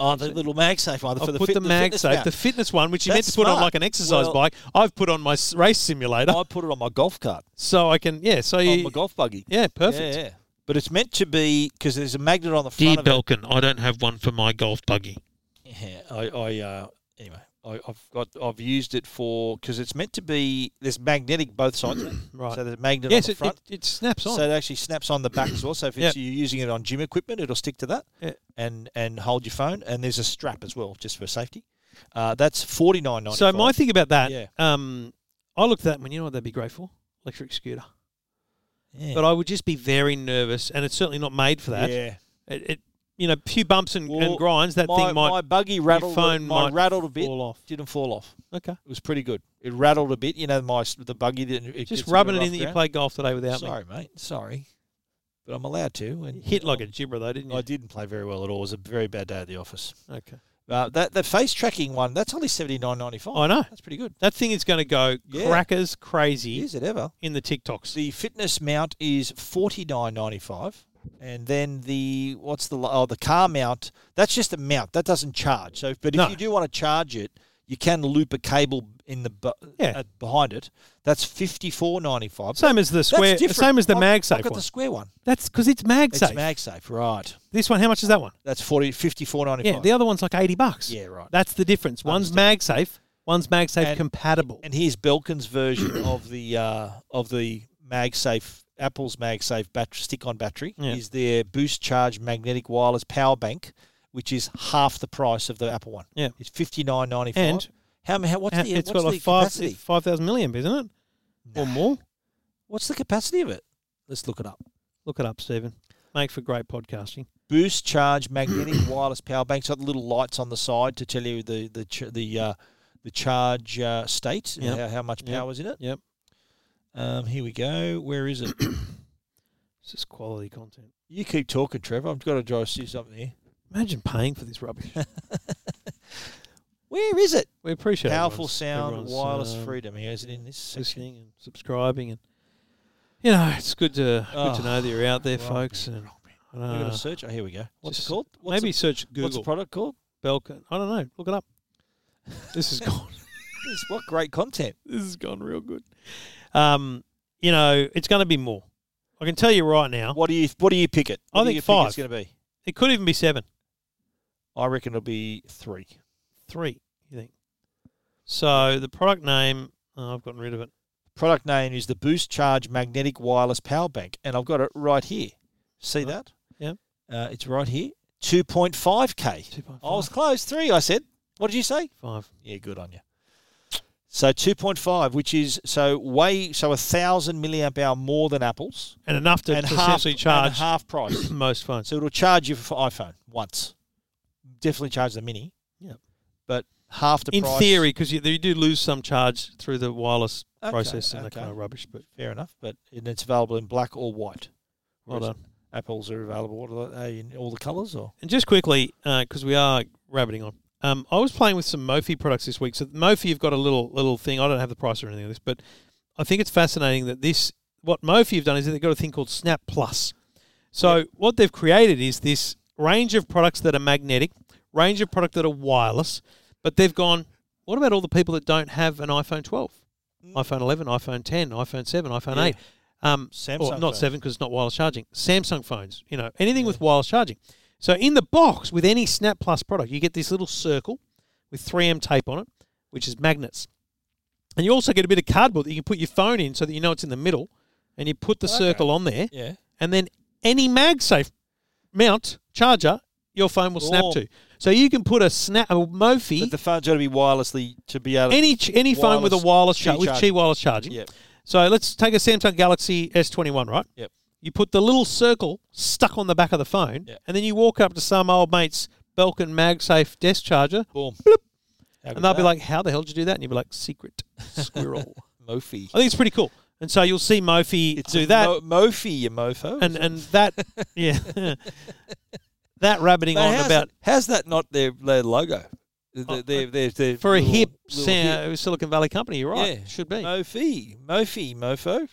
B: Oh, the little MagSafe one.
A: I've
B: for the
A: put
B: fit,
A: the mag
B: fitness
A: safe,
B: mount.
A: the fitness one, which you meant to
B: That's
A: put on
B: smart.
A: like an exercise
B: Well-
A: bike. I've put on my s- race simulator,
B: I put it on my golf cart,
A: so I can yeah. So
B: on
A: you
B: Oh my golf buggy.
A: yeah, perfect.
B: Yeah, yeah. But it's meant to be because there's a magnet on the front of it.
A: Belkin, I don't have one for my golf buggy.
B: Yeah, I, I uh, anyway, I, I've got, I've used it for because it's meant to be there's magnetic both sides, of it.
A: Right.
B: So there's a magnet
A: Yes,
B: on the
A: it,
B: front,
A: it, it snaps on.
B: so it actually snaps on the back as well. So if it's, you're using it on gym equipment, it'll stick to that
A: Yeah.
B: and and hold your phone. And there's a strap as well, just for safety. Uh, that's forty nine ninety.
A: so my thing about that,
B: Yeah.
A: um, I looked at that and went, you know what, that'd be great for electric scooter.
B: yeah.
A: But I would just be very nervous, and it's certainly not made for that.
B: yeah.
A: It, it, you know, a few bumps and,
B: Well,
A: and grinds, that
B: my,
A: thing might
B: my buggy rattled.
A: phone
B: my
A: might
B: rattled a bit.
A: fall off.
B: Didn't fall off.
A: Okay,
B: It was pretty good. It rattled a bit. You know, my s- the buggy didn't. It
A: just
B: gets a bit
A: rubbing it
B: rough
A: in that you
B: ground.
A: played golf today without me.
B: Sorry, mate. Sorry, but I'm allowed to. And
A: Hit like a gibber though, didn't you?
B: Oh. I didn't play very well at all. It was a very bad day at the office.
A: Okay.
B: Uh, that that face tracking one, that's only seventy nine ninety five.
A: I know.
B: That's pretty good.
A: That thing is going to go
B: Yeah.
A: crackers crazy
B: Is it ever?
A: in the TikToks.
B: The fitness mount is forty nine ninety five, and then the what's the oh the car mount? That's just a mount that doesn't charge. So, but if
A: No.
B: you do want to charge it, you can loop a cable in the bu-
A: Yeah.
B: uh, behind it. That's fifty four ninety five.
A: same as the square,
B: That's different.
A: same as the
B: I've- I've
A: MagSafe
B: got
A: one.
B: the square one.
A: That's because it's MagSafe.
B: It's MagSafe, right?
A: this one, how much is that one?
B: That's 40, 54
A: Yeah, the other one's like eighty bucks.
B: Yeah, right.
A: That's the difference. One's MagSafe, one's MagSafe
B: And-
A: compatible.
B: and here's Belkin's version of the uh, of the MagSafe Apple's MagSafe bat- stick-on battery
A: Yeah.
B: is their Boost Charge magnetic wireless power bank, which is half the price of the Apple one.
A: Yeah.
B: it's fifty nine ninety five.
A: And-
B: how, m- how what's
A: And
B: the
A: it's
B: what's
A: got
B: the
A: like five
B: capacity?
A: five thousand milliamp, isn't it? Or more?
B: What's the capacity of it? Let's look it up.
A: Look it up, Stephen. Make for great podcasting.
B: Boost Charge magnetic wireless power bank. It's got the little lights on the side to tell you the the ch- the uh, the charge uh, state, and
A: Yep.
B: how, how much
A: Yep.
B: power is in it.
A: Yep,
B: Um, here we go. Where is it?
A: this is quality content.
B: you keep talking, Trevor. I've got to try to see something here.
A: Imagine paying for this rubbish.
B: Where is it?
A: we appreciate
B: Powerful
A: everyone's-
B: sound,
A: everyone's,
B: wireless
A: um,
B: freedom. Here is it in this section?
A: listening and subscribing and you know it's good to good to
B: Oh,
A: know that you're out there
B: right.
A: folks and
B: We're
A: uh,
B: going to search. Oh, here we go. What's
A: just
B: it called? What's
A: maybe
B: it-
A: search
B: what's the
A: google
B: product called?
A: belkin i don't know look it up This has gone.
B: It's what great content.
A: this has gone real good. Um, you know, it's going to be more. I can tell you right now.
B: What do you What do you pick it?
A: I
B: What do
A: think
B: you
A: five.
B: it's going to be.
A: It could even be seven,
B: I reckon it'll be three.
A: three. You think? So the product name, oh, I've gotten rid of it.
B: Product name is the Boost Charge Magnetic Wireless Power Bank, and I've got it right here. See that?
A: yeah.
B: Uh, it's right here. Two point five k.
A: 2.5.
B: I was close. Three. I said. What did you say?
A: Five.
B: Yeah, good on you. So two point five, which is so way so a thousand milliamp hour more than Apple's,
A: And enough to,
B: and
A: to
B: half
A: essentially
B: and
A: charge
B: half price.
A: most phones.
B: so it'll charge you for iPhone once. Definitely charge the mini.
A: Yep.
B: but half the
A: In
B: price.
A: theory, because you, you do lose some charge through the wireless
B: Okay,
A: process and that
B: okay.
A: kind of rubbish. But
B: fair enough. But and it's available in black or white.
A: Well
B: Whereas Apples are available what are they, in all the colours or
A: And just quickly, because we are rabbiting on, um, I was playing with some Mophie products this week. So Mophie, you've got a little little thing. I don't have the price or anything of this, but I think it's fascinating that this what Mophie have done is they've got a thing called Snap Plus. So what they've created is this range of products that are magnetic, range of product that are wireless, but they've gone. What about all the people that don't have an iPhone 12, iPhone 11, iPhone 10, iPhone 7, iPhone
B: Mm. Yeah.
A: 8? Um,
B: Samsung
A: or not
B: phones.
A: seven because it's not wireless charging. Samsung phones, you know, anything with wireless charging. So in the box with any Snap Plus product, you get this little circle with 3M tape on it, which is magnets, and you also get a bit of cardboard that you can put your phone in so that you know it's in the middle, and you put the circle on there,
B: yeah.
A: and then any MagSafe mount charger your phone will snap
B: Oh.
A: to. So you can put a snap a Mophie
B: But the phone's got to be wirelessly to be able. to
A: any ch- any phone with a wireless
B: Wireless Qi
A: char- with
B: charging.
A: Qi wireless charging.
B: Yep.
A: So let's take a Samsung Galaxy S21, right?
B: Yep.
A: You put the little circle stuck on the back of the phone,
B: Yep.
A: and then you walk up to some old mate's Belkin MagSafe desk charger,
B: Boom. How
A: and they'll
B: good's
A: be
B: that?
A: like, "How the hell did you do that?" And you'll be like, "Secret squirrel."
B: Mophie.
A: I think it's pretty cool, and so you'll see Mophie
B: It's
A: do
B: a
A: that,
B: Mo- Mophie, you mofo.
A: and and that, yeah, that rabbiting
B: But
A: on
B: how's
A: about Oh,
B: that- how's that not their, their logo? Their, their, their, their
A: for a
B: little-
A: hip, sa-
B: little
A: Silicon Valley company. You're right, Uh,
B: Yeah.
A: should be.
B: Mophie, Mophie, mofo.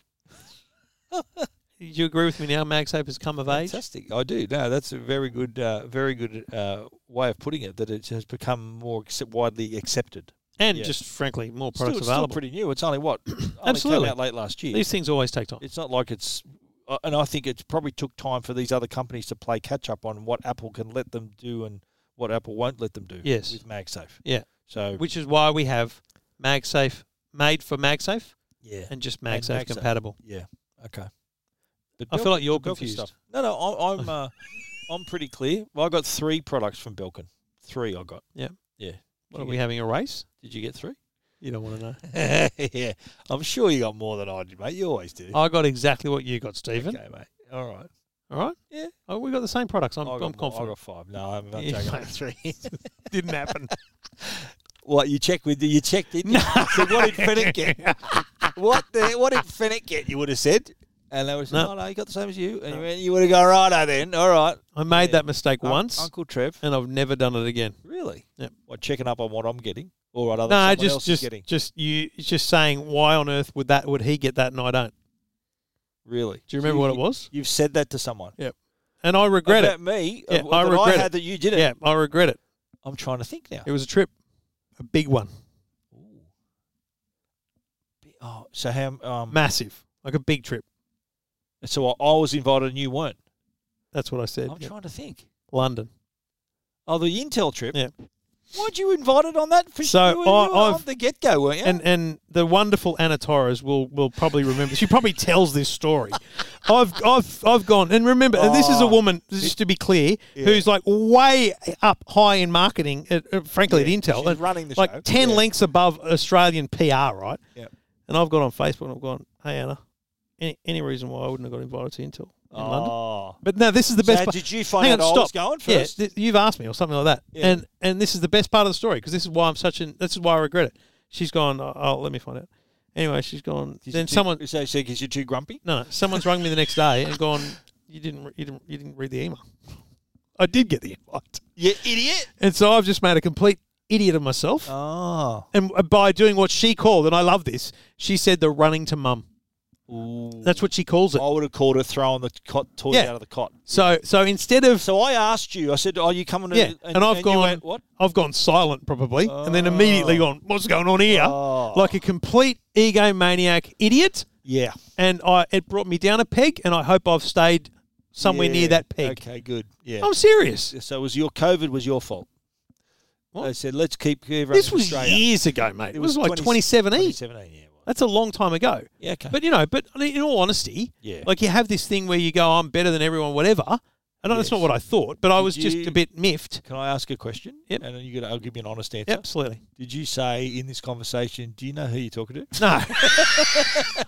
A: Do you agree with me now? MagSafe has come of age.
B: Fantastic. I do. No, that's a very good, uh, very good uh, way of putting it. That it has become more accept- widely accepted.
A: and
B: Yeah.
A: just frankly more
B: Still,
A: products
B: it's still
A: available.
B: pretty new. It's only what only
A: Absolutely.
B: came out late last year.
A: These things always take time.
B: it's not like it's, uh, and I think it's probably took time for these other companies to play catch up on what Apple can let them do and what Apple won't let them do.
A: Yes.
B: with MagSafe.
A: yeah,
B: So
A: which is why we have MagSafe made for MagSafe
B: yeah,
A: and just
B: And
A: MagSafe,
B: MagSafe.
A: compatible.
B: yeah, okay. But
A: I feel like you're
B: Belkin
A: confused.
B: stuff- No, no, I, I'm, uh, I'm pretty clear. Well, I got three products from Belkin. Three I got.
A: Yeah.
B: yeah.
A: What, are we having a race?
B: Did you get three?
A: You don't want to know.
B: yeah, I'm sure you got more than I did, mate. You always do.
A: I got exactly what you got, Stephen.
B: Okay, mate. All right.
A: All right.
B: Yeah.
A: Oh, we got the same products. I'm,
B: I
A: I'm
B: got more. I
A: confident.
B: got five. No, I'm not
A: Yeah,
B: joking. I
A: mate.
B: got three.
A: Didn't happen.
B: what you checked with? You checked it. No. So what did Fennec get? what the? What did Fennec get? You would have said. And they would say,
A: No.
B: "Oh no, he got the same as you." And you went- you would have gone, "Righto then, all right."
A: I made that mistake
B: Un-
A: once,
B: Uncle Trev.
A: and I've never done it again.
B: Really?
A: Yep.
B: What checking up on what I'm getting or what other
A: No,
B: someone
A: just
B: else
A: just
B: is getting?
A: just you it's just saying why on earth would that would he get that and I don't?
B: Really?
A: Do you remember what it was?
B: You've said that to someone.
A: And I regret
B: About
A: it.
B: me.
A: Yeah,
B: uh,
A: I
B: that
A: regret
B: I had
A: it.
B: that you did it.
A: Yeah, I regret it.
B: I'm trying to think now.
A: It was a trip, a big one,
B: Ooh. Be- Oh, so how? Um,
A: massive, like a big trip.
B: so I, I was invited and you weren't.
A: That's what I said.
B: I'm
A: Yeah.
B: trying to think.
A: London.
B: Oh, the Intel trip.
A: Yeah.
B: Weren't you invited on that? For
A: So
B: you were, you
A: I-
B: were on
A: I've-
B: the get go, weren't you?
A: And and the wonderful Anna Torres will will probably remember. She probably tells this story. I've I've I've gone and remember. And this is a
B: Oh.
A: woman, just to be clear, who's like way up high in marketing. At, uh, frankly, at Intel,
B: she's
A: and
B: running the
A: like
B: show.
A: ten
B: Yeah.
A: lengths above Australian PR, right?
B: Yep.
A: And I've gone on Facebook and I've gone, hey Anna, any any reason why I wouldn't have got invited to Intel in London?
B: oh,
A: But no, this is the
B: So
A: best.
B: how
A: part.
B: did you find
A: Hang
B: out
A: on,
B: I
A: stop.
B: was going
A: Yeah,
B: first?
A: th- you've asked me or something like that.
B: Yeah.
A: And and this is the best part of the story because this is why I'm such an. This is why I regret it. She's gone. Oh, oh, let me find out. Anyway, she's gone.
B: Is
A: then
B: it too-
A: someone.
B: So she said, "Is you too grumpy?"
A: No, no, someone's rung me the next day and gone. You didn't. re- You didn't. You didn't read the email. I did get the invite,
B: You idiot!
A: and so I've just made a complete idiot of myself.
B: Oh,
A: And by doing what she called, and I love this, she said the running to mum. That's what she calls it.
B: I would have called it throwing the cot, toy
A: Yeah.
B: out of the cot.
A: So so instead of
B: So I asked you. I said, "Are you coming?" to-
A: yeah, and, I've
B: you
A: gone
B: went, what? Oh.
A: I've gone silent probably, and then immediately gone, what's going on here? Like a complete egomaniac idiot,
B: Yeah.
A: and I it brought me down a peg, and I hope I've stayed somewhere
B: Yeah.
A: near that peg.
B: Okay, good. Yeah.
A: I'm serious.
B: so it was your COVID was your fault. They said, "Let's keep everyone
A: This
B: in
A: was
B: Australia."
A: years ago, mate. It, was, like
B: 20
A: 2017.
B: 2017, yeah. well,
A: That's a long time ago.
B: Yeah, okay.
A: But you know, but I mean, in all honesty,
B: Yeah.
A: like you have this thing where you go, I'm better than everyone, whatever. And that's not
B: Yes.
A: what I thought, but I was just
B: you-
A: a bit miffed.
B: Can I ask a question?
A: Yep.
B: And then you got. I'll give you an honest answer.
A: Absolutely.
B: Did you say in this conversation? Do you know who you're talking to?
A: No.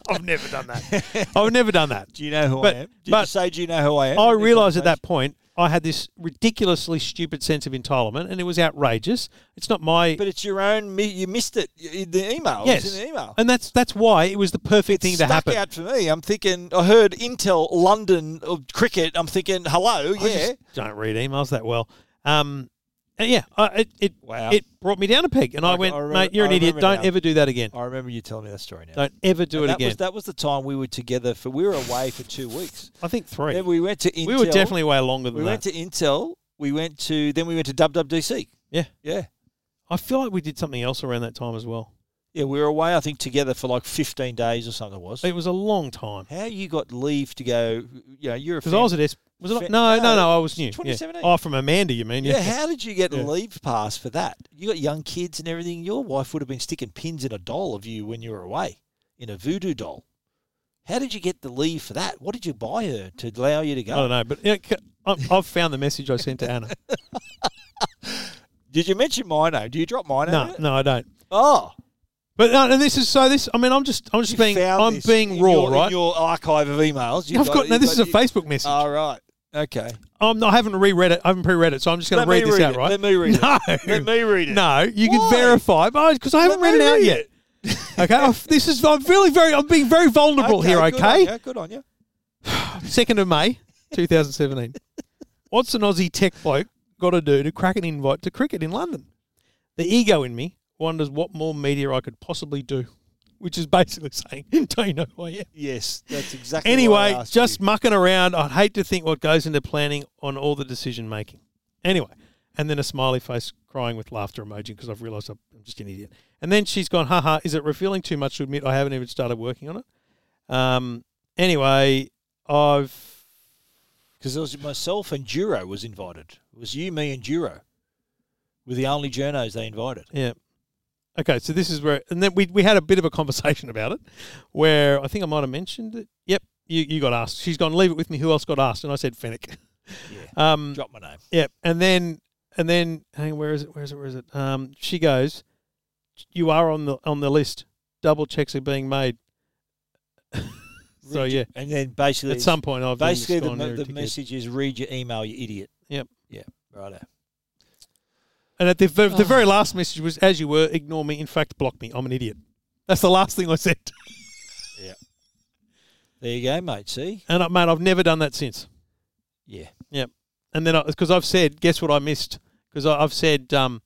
A: I've never done that. I've never done that.
B: Do you know who
A: But-
B: I am? Did you
A: but
B: say, "Do you know who I am?"
A: I
B: in this
A: realised at that
B: conversation?
A: point I had this ridiculously stupid sense of entitlement and it was outrageous. It's not my
B: But it's your own. mi- You missed it in the email. It was
A: yes.
B: in the email.
A: And that's that's why it was the perfect thing to
B: stuck
A: happen.
B: out for me. I'm thinking. I heard Intel London of cricket. I'm thinking, hello,
A: I
B: yeah.
A: just don't read emails that well. Um, and yeah, I, it it,
B: Wow.
A: it brought me down a peg, and I,
B: I-
A: went,
B: I remember-
A: mate, you're an
B: I
A: idiot.
B: remember
A: Don't
B: now.
A: ever do that again.
B: I remember you telling me that story now.
A: Don't ever do it
B: that
A: again.
B: Was, that was the time we were together for. We were away for two weeks.
A: I think three.
B: Then we went to Intel.
A: we were definitely way longer than
B: We
A: that.
B: went to Intel. We went to. Then we went to WWDC.
A: yeah,
B: Yeah.
A: I feel like we did something else around that time as well.
B: Yeah, we were away. I think together for like 15 days or something. It was
A: It was a long time
B: how you got leave to go? You know, you're a
A: because
B: fan.
A: I was at S. Was it?
B: Fe-
A: no, no,
B: no,
A: no. I was new. yeah.
B: 2017.
A: Oh, from Amanda, you mean?
B: yeah.
A: Yeah.
B: How did you get
A: Yeah.
B: leave pass for that? You got young kids and everything. Your wife would have been sticking pins in a doll of you when you were away in a voodoo doll. How did you get the leave for that? What did you buy her to allow you to
A: I
B: go?
A: don't know, but you know, c- I- I've found the message I sent to Anna.
B: Did you mention my name? Do you drop my name?
A: no, no, I don't.
B: Oh,
A: But no, and this is so. This, I mean, I'm just, I'm just
B: you
A: being,
B: found
A: I'm
B: this
A: being
B: in
A: raw,
B: your, in
A: right?
B: your archive of emails. You've
A: I've got. No,
B: you've Oh,
A: this is a
B: you-
A: Facebook message.
B: All right. Okay.
A: I'm not, Um, I haven't reread it. I haven't pre-read it, so I'm just going
B: Let
A: to read
B: me
A: this
B: read
A: out,
B: it.
A: right?
B: Let me read it.
A: no.
B: Let me read it.
A: No, you
B: Why?
A: can verify, but because I haven't
B: Let
A: read
B: me
A: it out
B: read
A: yet. okay, I've- this is I'm really very. I'm being very vulnerable here.
B: good on
A: Okay,
B: ya, good on you.
A: second of May, 2017. What's an Aussie tech bloke got to do to crack an invite to cricket in London? The ego in me wonders what more media I could possibly do, which is basically saying, "Don't you know who I am?"
B: Yes, that's exactly. why I
A: Anyway,
B: asked
A: just
B: you.
A: mucking around. I'd hate to think what goes into planning on all the decision making. Anyway, and then a smiley face crying with laughter emoji because I've realised I'm I'm just an idiot. And then she's gone, haha, is it revealing too much to admit I haven't even started working on it? Um, anyway, I've.
B: because it was myself and Duro was invited. It was you, me, and Duro were the only journos they invited.
A: Yeah. Okay, so this is where. And then we, we had a bit of a conversation about it where I think I might have mentioned it. Yep, you, you got asked. She's gone, leave it with me. Who else got asked? And I said, Fennec. Yeah. Um,
B: Drop my name.
A: Yep. And then and then hang on, where is it? Where is it? Where is it? Um she goes, You are on the on the list. Double checks are being made. so yeah.
B: And then basically,
A: At some point I've
B: basically the,
A: gone,
B: me-
A: "You're a
B: the
A: dickhead."
B: message is read your email, you idiot.
A: Yep.
B: Yeah, righto.
A: And at the, ver- the very last message was as you were, ignore me, in fact block me. I'm an idiot. That's the last thing I said.
B: There you go, mate. See,
A: And uh, mate, I've never done that since.
B: yeah,
A: Yep. And then because I've said, guess what I missed? Because I've said, um,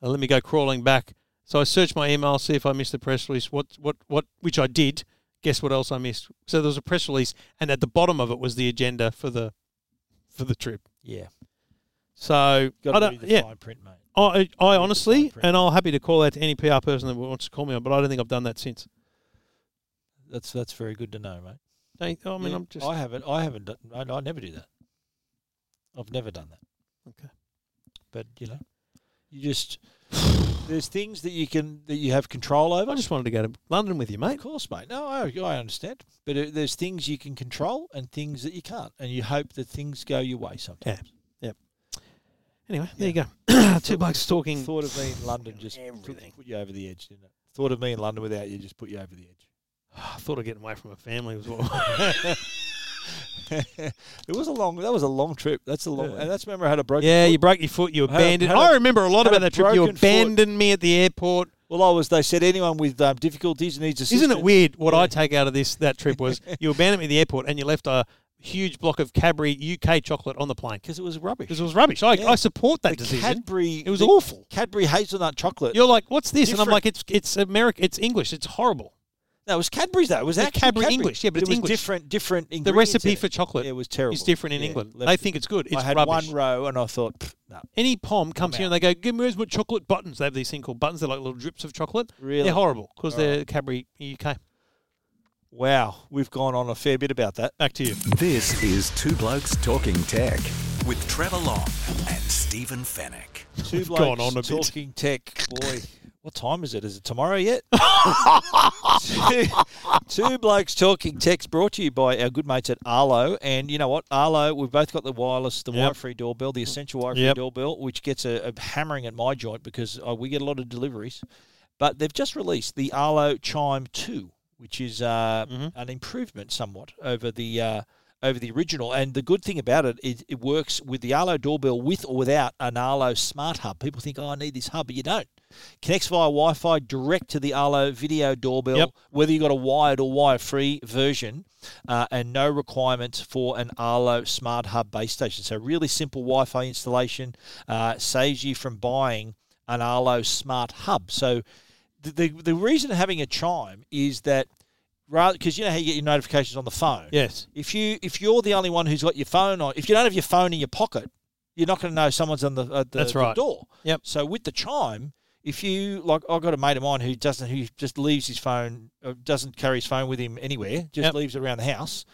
A: uh, let me go crawling back. So I searched my email, see if I missed the press release. What, what, what? Which I did. Guess what else I missed? So there was a press release, and at the bottom of it was the agenda for the for the trip.
B: yeah.
A: So I
B: Got to
A: don't,
B: read the
A: yeah,
B: fine print, mate.
A: I, I honestly,
B: print.
A: and I'll happy to call out to any PR person that wants to call me on, but I don't think I've done that since.
B: That's that's very good to know, mate.
A: Don't you- I mean,
B: Yeah,
A: I'm just
B: I haven't. I haven't. Done, I, I never do that. I've never done that.
A: Okay.
B: But you know, you just there's things that you can that you have control over.
A: I just wanted to go to London with you,
B: of
A: mate.
B: course, mate. No, I, I understand. But uh there's things you can control and things that you can't, and you hope that things go your way sometimes.
A: Anyway, there you go. Two blokes talking.
B: Thought of me in London just put-
A: Everything.
B: put you over the edge, didn't it? Thought of me in London without you just put you over the edge.
A: I thought of getting away from a family was what.
B: it was a long. That was a long trip. That's a long.
A: Yeah.
B: And that's remember I had a broken.
A: Yeah,
B: foot.
A: you broke your foot. You
B: Had a-
A: abandoned.
B: had a-
A: I remember a lot
B: had
A: about
B: a
A: that trip. You
B: broken foot.
A: abandoned me at the airport.
B: Well, I was. They said anyone with um, difficulties needs assistance.
A: Isn't it weird? What I take out of this that trip was you abandoned me at the airport and you left a huge block of Cadbury UK chocolate on the plane
B: Because it was rubbish.
A: because it was rubbish. I,
B: Yeah.
A: I support that
B: the
A: decision.
B: Cadbury.
A: It was
B: the
A: awful.
B: Cadbury hazelnut chocolate.
A: You're like, what's this? And I'm
B: Different.
A: like, it's it's America. It's English. It's horrible.
B: No, it was Cadbury's though. It was
A: Yeah,
B: actually
A: Cadbury
B: Cadbury
A: English, yeah, but
B: it
A: it's
B: was
A: English.
B: different, different.
A: The
B: ingredients in
A: recipe
B: it.
A: for chocolate
B: It was terrible.
A: is different in
B: Yeah,
A: England.
B: left
A: They
B: it-
A: think it's good. It's
B: I had
A: rubbish.
B: one row and I thought, "Pfft, no,
A: Any pom comes
B: I'm
A: here and they go, "Give me what chocolate buttons." They have these thing called buttons. They're like little drips of chocolate.
B: Really?
A: They're horrible because
B: All
A: they're Cadbury UK.
B: wow, we've gone on a fair bit about that.
A: Back to you.
C: This is Two Blokes Talking Tech.
E: with Trevor Long and Stephen Fennec.
B: Two
A: We've
B: blokes
A: gone on a bit.
B: talking tech. Boy, what time is it? Is it tomorrow yet? two, two blokes talking tech's brought to you by our good mates at Arlo. And you know what? Arlo, we've both got the wireless, the
A: Yep.
B: wire-free doorbell, the essential wire-free
A: Yep.
B: doorbell, which gets a, a hammering at my joint because uh, we get a lot of deliveries. But they've just released the Arlo Chime Two, which is uh,
A: Mm-hmm.
B: an improvement somewhat over the. Uh, over the original, and the good thing about it is it works with the Arlo doorbell with or without an Arlo smart hub. People think, "Oh, I need this hub," but you don't. Connects via Wi-Fi direct to the Arlo video doorbell,
A: Yep.
B: whether you've got a wired or wire-free version, uh, and no requirement for an Arlo smart hub base station. So really simple Wi-Fi installation uh, saves you from buying an Arlo smart hub. So the, the, the reason having a chime is that rather because you know how you get your notifications on the phone.
A: Yes.
B: If you if you're the only one who's got your phone on, if you don't have your phone in your pocket, you're not going to know someone's on the, at the,
A: That's
B: the
A: right.
B: door.
A: Yep.
B: So with the chime, if you like, I've got a mate of mine who doesn't who just leaves his phone, uh, doesn't carry his phone with him anywhere, just
A: Yep.
B: leaves it around the house.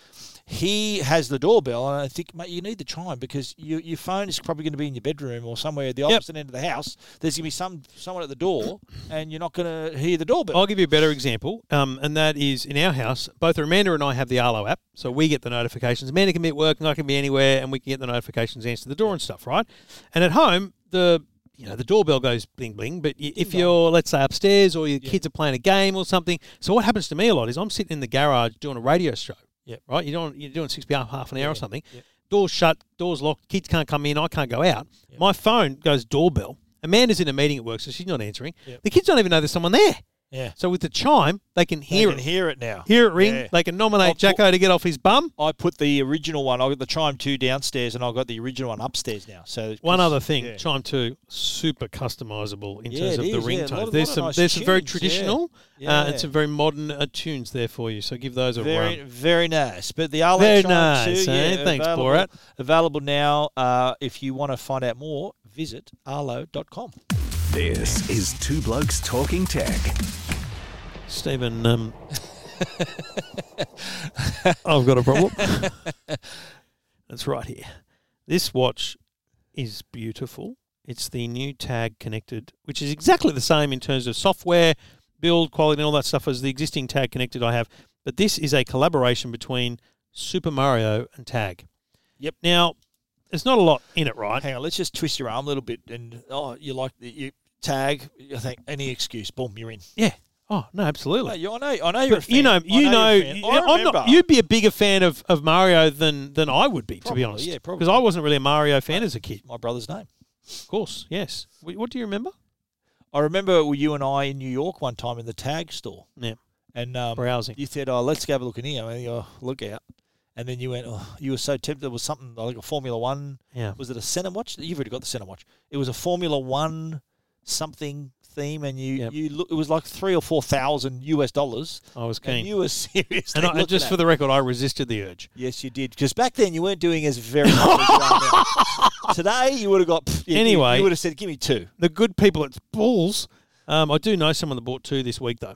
B: He has the doorbell, and I think, mate, you need the chime because you, your phone is probably going to be in your bedroom or somewhere at the opposite end of the house. There's going to be some someone at the door, and you're not going to hear the doorbell.
A: I'll give you a better example, um, and that is in our house. Both Amanda and I have the Arlo app, so we get the notifications. Amanda can be at work, and I can be anywhere, and we can get the notifications, answer the door and stuff, right? And at home, the you know the doorbell goes bling bling, but y- if you're let's say upstairs or your kids are playing a game or something, so what happens to me a lot is I'm sitting in the garage doing a radio show,
B: Yep.
A: right? You're doing you're doing six half half an hour or something. Doors shut, doors locked, kids can't come in, I can't go out. My phone goes doorbell. Amanda's in a meeting at work, so she's not answering. The kids don't even know there's someone there.
B: yeah,
A: So with the chime, they can
B: They
A: hear
B: can
A: it.
B: hear it now.
A: Hear it ring.
B: Yeah. Oh,
A: They can nominate
B: I'll put-
A: Jacko to get off his bum.
B: I put the original one. I got the Chime Two downstairs, and I got the original one upstairs now. So
A: One
B: 'cause-
A: other thing,
B: yeah.
A: chime two, super customizable in
B: Yeah,
A: terms of the
B: it is, yeah, a lot
A: ringtone.
B: of-
A: there's
B: lot of
A: some,
B: nice
A: there's some very
B: tunes, yeah.
A: traditional uh,
B: Yeah.
A: and some very modern uh, tunes there for you. So give those a
B: very,
A: run.
B: very nice. But the Arlo
A: Very
B: Chime
A: nice,
B: Two,
A: eh?
B: yeah,
A: Thanks,
B: available,
A: Borat.
B: Available now. Uh, if you want to find out more, visit arlo.com.
C: This is Two Blokes Talking Tech.
A: Stephen, um, I've got a problem. That's right here. This watch is beautiful. It's the new Tag Connected, which is exactly the same in terms of software, build quality, and all that stuff as the existing Tag Connected I have. But this is a collaboration between Super Mario and Tag.
B: Yep.
A: Now, there's not a lot in it, right?
B: Hang on, let's just twist your arm a little bit. And oh, you like the you tag? I think any excuse, boom, you're in.
A: Yeah. Oh no, absolutely.
B: No, you, I know, I know you're. a
A: But you
B: fan.
A: know,
B: I
A: you know,
B: you're a fan.
A: you-
B: I
A: I'm
B: remember.
A: not. You'd be a bigger fan of, of Mario than than I would be,
B: Probably,
A: to be honest.
B: yeah, probably.
A: Because I wasn't really a Mario fan as a kid.
B: my brother's name.
A: Of course, yes. Wh- What do you remember?
B: I remember you and I in New York one time in the tag store.
A: Yeah,
B: and um,
A: Browsing.
B: You said, "Oh, let's go have a look in here." And you go, look out, and then you went. Oh, you were so tempted. There was something like a Formula One.
A: yeah.
B: Was it a Senna watch? You've already got the Senna watch. It was a Formula One something theme, and you
A: Yep.
B: you look. It was like three or four thousand US dollars.
A: I was
B: And
A: keen.
B: you were serious.
A: And, I, and just for the record, I resisted the urge.
B: yes, you did because back then you weren't doing as very much. as you are now. Today you would have got pff, you- you-
A: Anyway.
B: You would have said, "Give me two
A: The good people at Bulls. Um, I do know someone that bought two this week though.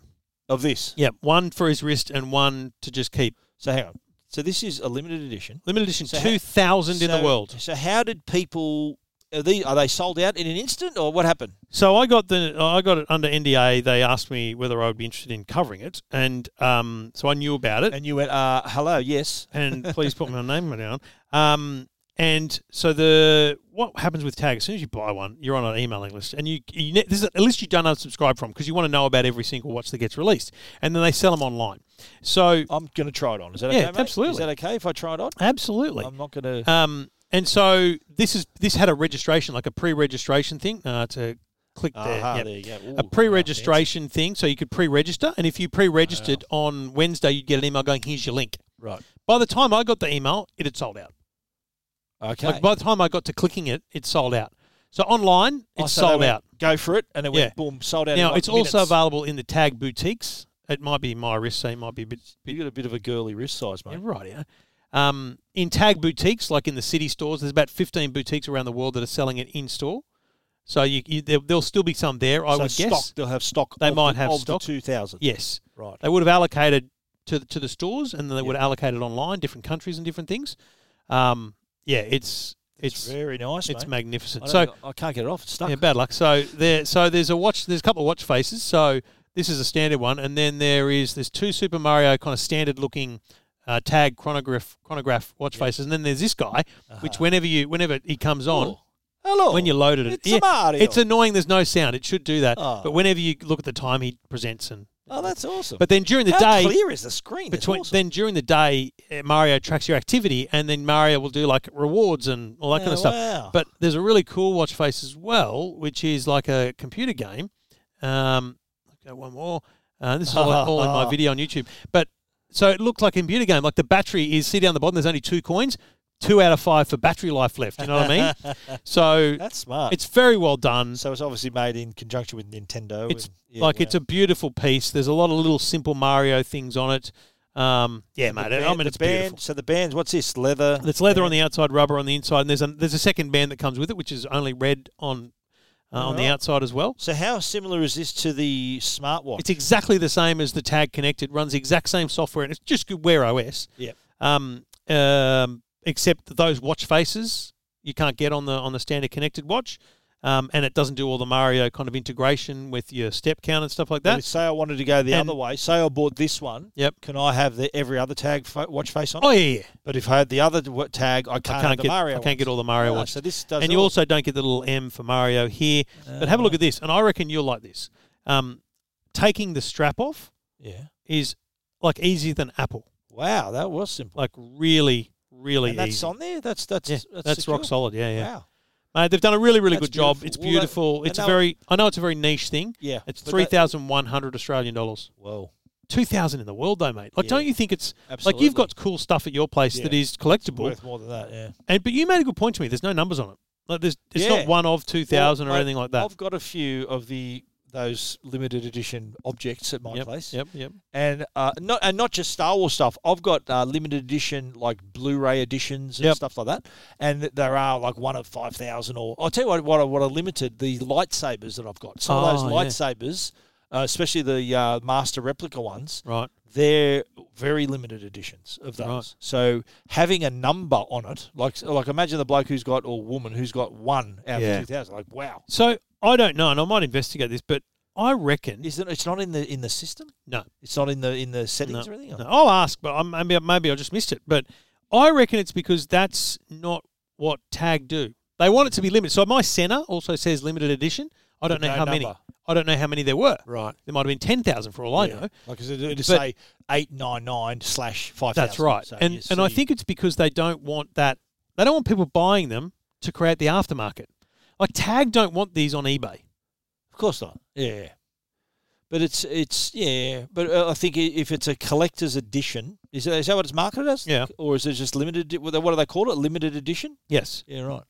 B: of this."
A: Yeah, one for his wrist and one to just keep.
B: So hang on. So this is a limited edition.
A: Limited edition,
B: So how-
A: two thousand in the
B: So-
A: world.
B: So how did people? Are they are they sold out in an instant, or what happened?
A: So I got the I got it under NDA. They asked me whether I would be interested in covering it, and um, so I knew about it.
B: And you went, uh, "Hello, yes."
A: and please put my name down. Um, and so the what happens with tag? As soon as you buy one, you're on an emailing list, and you, you ne- this is a list you don't unsubscribe from because you want to know about every single watch that gets released, and then they sell them online. So
B: I'm going to try it on. Is that
A: Yeah,
B: okay? mate?
A: absolutely.
B: Is that okay if I try it on?
A: absolutely,
B: I'm not going to.
A: um, and so this is this had a registration, like a pre-registration thing. Uh, to click there,
B: Aha,
A: yep.
B: there you go. Ooh,
A: a pre-registration thing, so you could pre-register, and if you pre-registered on Wednesday, you'd get an email going, "Here's your link."
B: Right.
A: By the time I got the email, it had sold out.
B: Okay.
A: Like by the time I got to clicking it, it's sold out. So online,
B: Oh,
A: it's
B: so they
A: sold
B: went,
A: out.
B: Go for it, and it went
A: Yeah.
B: boom, sold out. in
A: Now
B: like
A: it's also
B: minutes.
A: available in the tag boutiques It might be my wrist, so it might be a bit.
B: You got a bit of a girly wrist size,
A: Yeah,
B: mate.
A: right, yeah. Um, in tag boutiques, like in the city stores, there's about 15 boutiques around the world that are selling it in store. So you, you there, there'll still be some there, I
B: so
A: would
B: stock,
A: guess.
B: They'll have stock.
A: They
B: of
A: might
B: the,
A: have
B: of
A: stock.
B: The Two thousand.
A: Yes,
B: Right.
A: they would have allocated to the, to the stores, and then they would allocate it online, different countries and different things. Um, yeah, it's it's
B: It's
A: it's,
B: very nice, mate.
A: magnificent.
B: I,
A: So
B: don't- I can't get it off. It's stuck.
A: Yeah, bad luck. So there, so there's a watch. There's a couple of watch faces. So this is a standard one, and then there is there's two Super Mario kind of standard looking uh, tag chronograph chronograph watch faces, and then there's this guy, which whenever you whenever he comes on.
B: Uh-huh. Oh. Hello.
A: When you loaded it,
B: It's a Mario.
A: it's annoying. There's no sound. It should do that.
B: Oh.
A: But whenever you look at the time, he presents and.
B: oh, that's awesome.
A: But then during the
B: How
A: day,
B: clear is the screen? That's
A: between
B: awesome.
A: then during the day, eh, Mario tracks your activity, and then Mario will do like rewards and all that kind
B: Oh,
A: of stuff.
B: wow.
A: But there's a really cool watch face as well, which is like a computer game. Um, I've got one more. Uh, this is all, all in my video on YouTube. But so it looks like a computer game. Like the battery is see down the bottom. There's only two coins, two out of five for battery life left. You know what I mean? So
B: that's smart.
A: it's very well done.
B: so it's obviously made in conjunction with Nintendo.
A: It's
B: and- yeah,
A: like
B: wow.
A: it's a beautiful piece. There's a lot of little simple Mario things on it. Um, yeah, mate. I
B: Band-
A: mean,
B: the
A: it's
B: band,
A: beautiful.
B: So the bands, what's this? Leather.
A: It's leather on the outside, rubber on the inside, and there's a there's a second band that comes with it, which is only red on uh, on the
B: Alright.
A: outside as well.
B: So how similar is this to the smartwatch?
A: It's exactly the same as the Tag Connect. It runs the exact same software, and it's just good Wear OS.
B: Yep.
A: Um, um, except that those watch faces you can't get on the on the standard connected watch, um, and it doesn't do all the Mario kind of integration with your step count and stuff like
B: But
A: that.
B: if- say I wanted to go the
A: and-
B: other way. Say I bought this one.
A: Yep.
B: Can I have the every other tag fo- watch face on?
A: Oh
B: it?
A: yeah, yeah, yeah.
B: But if I had the other w- tag, I can't,
A: I
B: have
A: can't
B: the
A: get
B: Mario.
A: I can't get
B: ones.
A: all the Mario
B: Ah,
A: ones.
B: So this does.
A: and you
B: all-
A: also don't get the little M for Mario here. but have a look at this, and I reckon you'll like this. Um, taking the strap off
B: yeah.
A: is like easier than Apple.
B: Wow, that was simple.
A: Like really, really
B: and that's
A: easy.
B: on there. That's that's
A: yeah,
B: that's,
A: that's, rock
B: secure?
A: solid. Yeah, yeah.
B: Wow.
A: Mate, they've done a really, really
B: That's
A: good job.
B: beautiful.
A: It's
B: Well, that-
A: beautiful.
B: and
A: it's a
B: that-
A: very. I know it's a very niche thing.
B: Yeah,
A: It's
B: but that-
A: three thousand one hundred Australian dollars.
B: Whoa.
A: Two thousand in the world, though, mate. Like,
B: Yeah.
A: don't you think it's like you've
B: Absolutely.
A: got cool stuff at your place that
B: Yeah.
A: is collectible,
B: Worth more than that. Yeah.
A: and but you made a good point to me. There's no numbers on it. Like, there's it's
B: Yeah.
A: not one of two thousand
B: Well,
A: or
B: mate,
A: anything like that.
B: I've got a few of the those limited edition objects at my
A: yep,
B: place.
A: Yep, yep.
B: and uh, not and not just Star Wars stuff. I've got uh, limited edition like Blu-ray editions and
A: Yep.
B: stuff like that, and th- there are like one of five thousand or I'll tell you what what I, what I limited the lightsabers that I've got. Some of
A: Oh,
B: those
A: yeah.
B: lightsabers, uh, especially the uh, master replica ones,
A: Right.
B: they're very limited editions of those.
A: Right.
B: So having a number on it, like like imagine the bloke who's got or woman who's got one out
A: Yeah.
B: of two thousand, like wow,
A: So I don't know, and I might investigate this, but I reckon
B: isn't it's not in the in the system?
A: no,
B: It's not in the in the settings or
A: no,
B: anything.
A: no. I'll ask, but I, maybe maybe I just missed it. But I reckon it's because that's not what Tag do. They want it to be limited. So my center also says limited edition. I don't
B: But
A: know
B: no
A: how many.
B: number.
A: I don't know how many there were.
B: Right.
A: There might have been ten thousand for all I know.
B: Like is it to say eight nine nine slash five thousand.
A: That's right. and and I think it's because they don't want that. They don't want people buying them to create the aftermarket. Like Tag don't want these on eBay.
B: of course not. Yeah. But it's it's yeah. But uh, I think i- if it's a collector's edition, is that, is that what it's marketed as?
A: Yeah.
B: Or is it just limited? What do they call it? Limited edition.
A: Yes.
B: Yeah. Right.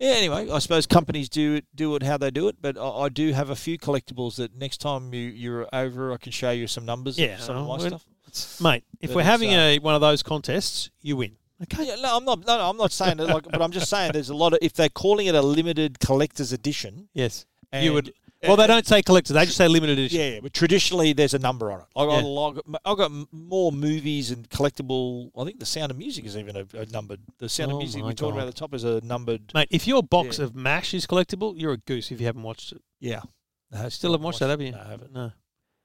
B: Yeah. Anyway, I suppose companies do it do it how they do it. But I, I do have a few collectibles that next time you you're over, I can show you some numbers.
A: Yeah,
B: Of some of
A: well,
B: my
A: it-
B: stuff.
A: Mate, if
B: But
A: we're
B: oh, it's,
A: having
B: uh,
A: a one of those contests, you win. Okay.
B: Yeah, no, I'm not. No, no, I'm not saying that. Like, but I'm just saying there's a lot of if they're calling it a limited collector's edition.
A: Yes. you
B: And-
A: would. uh, Well, they don't say collector; they just say limited edition.
B: Yeah, yeah, but traditionally there's a number on it. I got,
A: Yeah.
B: a lot, I've got m- more movies and collectible. I think The Sound of Music is even a, a numbered. The Sound
A: Oh
B: of Music
A: my
B: we talked about
A: God.
B: at the top is a numbered.
A: Mate, if your box
B: Yeah.
A: of Mash is collectible, you're a goose if you haven't watched it.
B: Yeah. No, I
A: Still haven't watched that, have you?
B: No, I haven't.
A: No.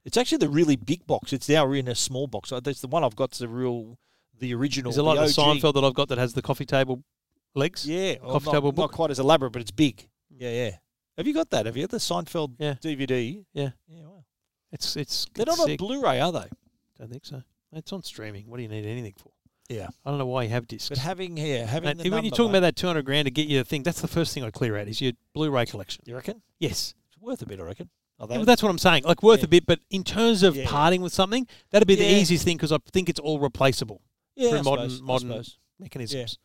B: It's actually the really big box. It's now in a small box. Uh, That's the one I've got's the real, the original.
A: There's a lot
B: the
A: of the
B: OG.
A: Seinfeld that I've got that has the coffee table legs.
B: Yeah, well,
A: coffee
B: not,
A: table
B: not
A: book.
B: quite as elaborate, but it's big. Mm. Yeah, yeah. Have you got that? Have you got the Seinfeld
A: Yeah.
B: DVD?
A: Yeah.
B: Yeah, wow.
A: It's it's.
B: They're
A: it's
B: not on
A: sick.
B: Blu-ray, are they?
A: Don't think so. It's on streaming. What do you need anything for?
B: Yeah.
A: I don't know why you have discs.
B: But having here, having
A: Mate,
B: the
A: when
B: number,
A: you're talking
B: mate,
A: about that 200 grand to get you a thing, that's the first thing I clear out is your Blu-ray collection.
B: you reckon
A: Yes.
B: it's worth a bit? I reckon. Are
A: Yeah,
B: they-
A: well, that's what I'm saying. Like worth
B: Yeah.
A: a bit, but in terms of
B: Yeah.
A: parting with something, that'd be the
B: Yeah.
A: easiest thing because I think it's all replaceable
B: yeah,
A: through
B: I
A: modern
B: suppose, I
A: modern
B: suppose.
A: mechanisms.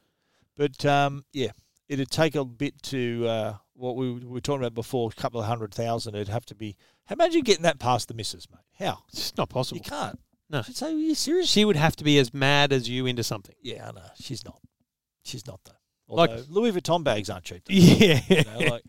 B: But um, yeah, it'd take a bit to. Uh, what we were talking about before, a couple of hundred thousand, it'd have to be. Imagine getting that past the missus, mate. How?
A: It's just not
B: You
A: possible.
B: can't.
A: No.
B: She'd say, Are you serious?
A: She would have to be as mad as you into something.
B: yeah, I know. She's not. She's not, though.
A: Like-
B: Although Louis Vuitton bags aren't cheap. Though,
A: Yeah.
B: you know, like,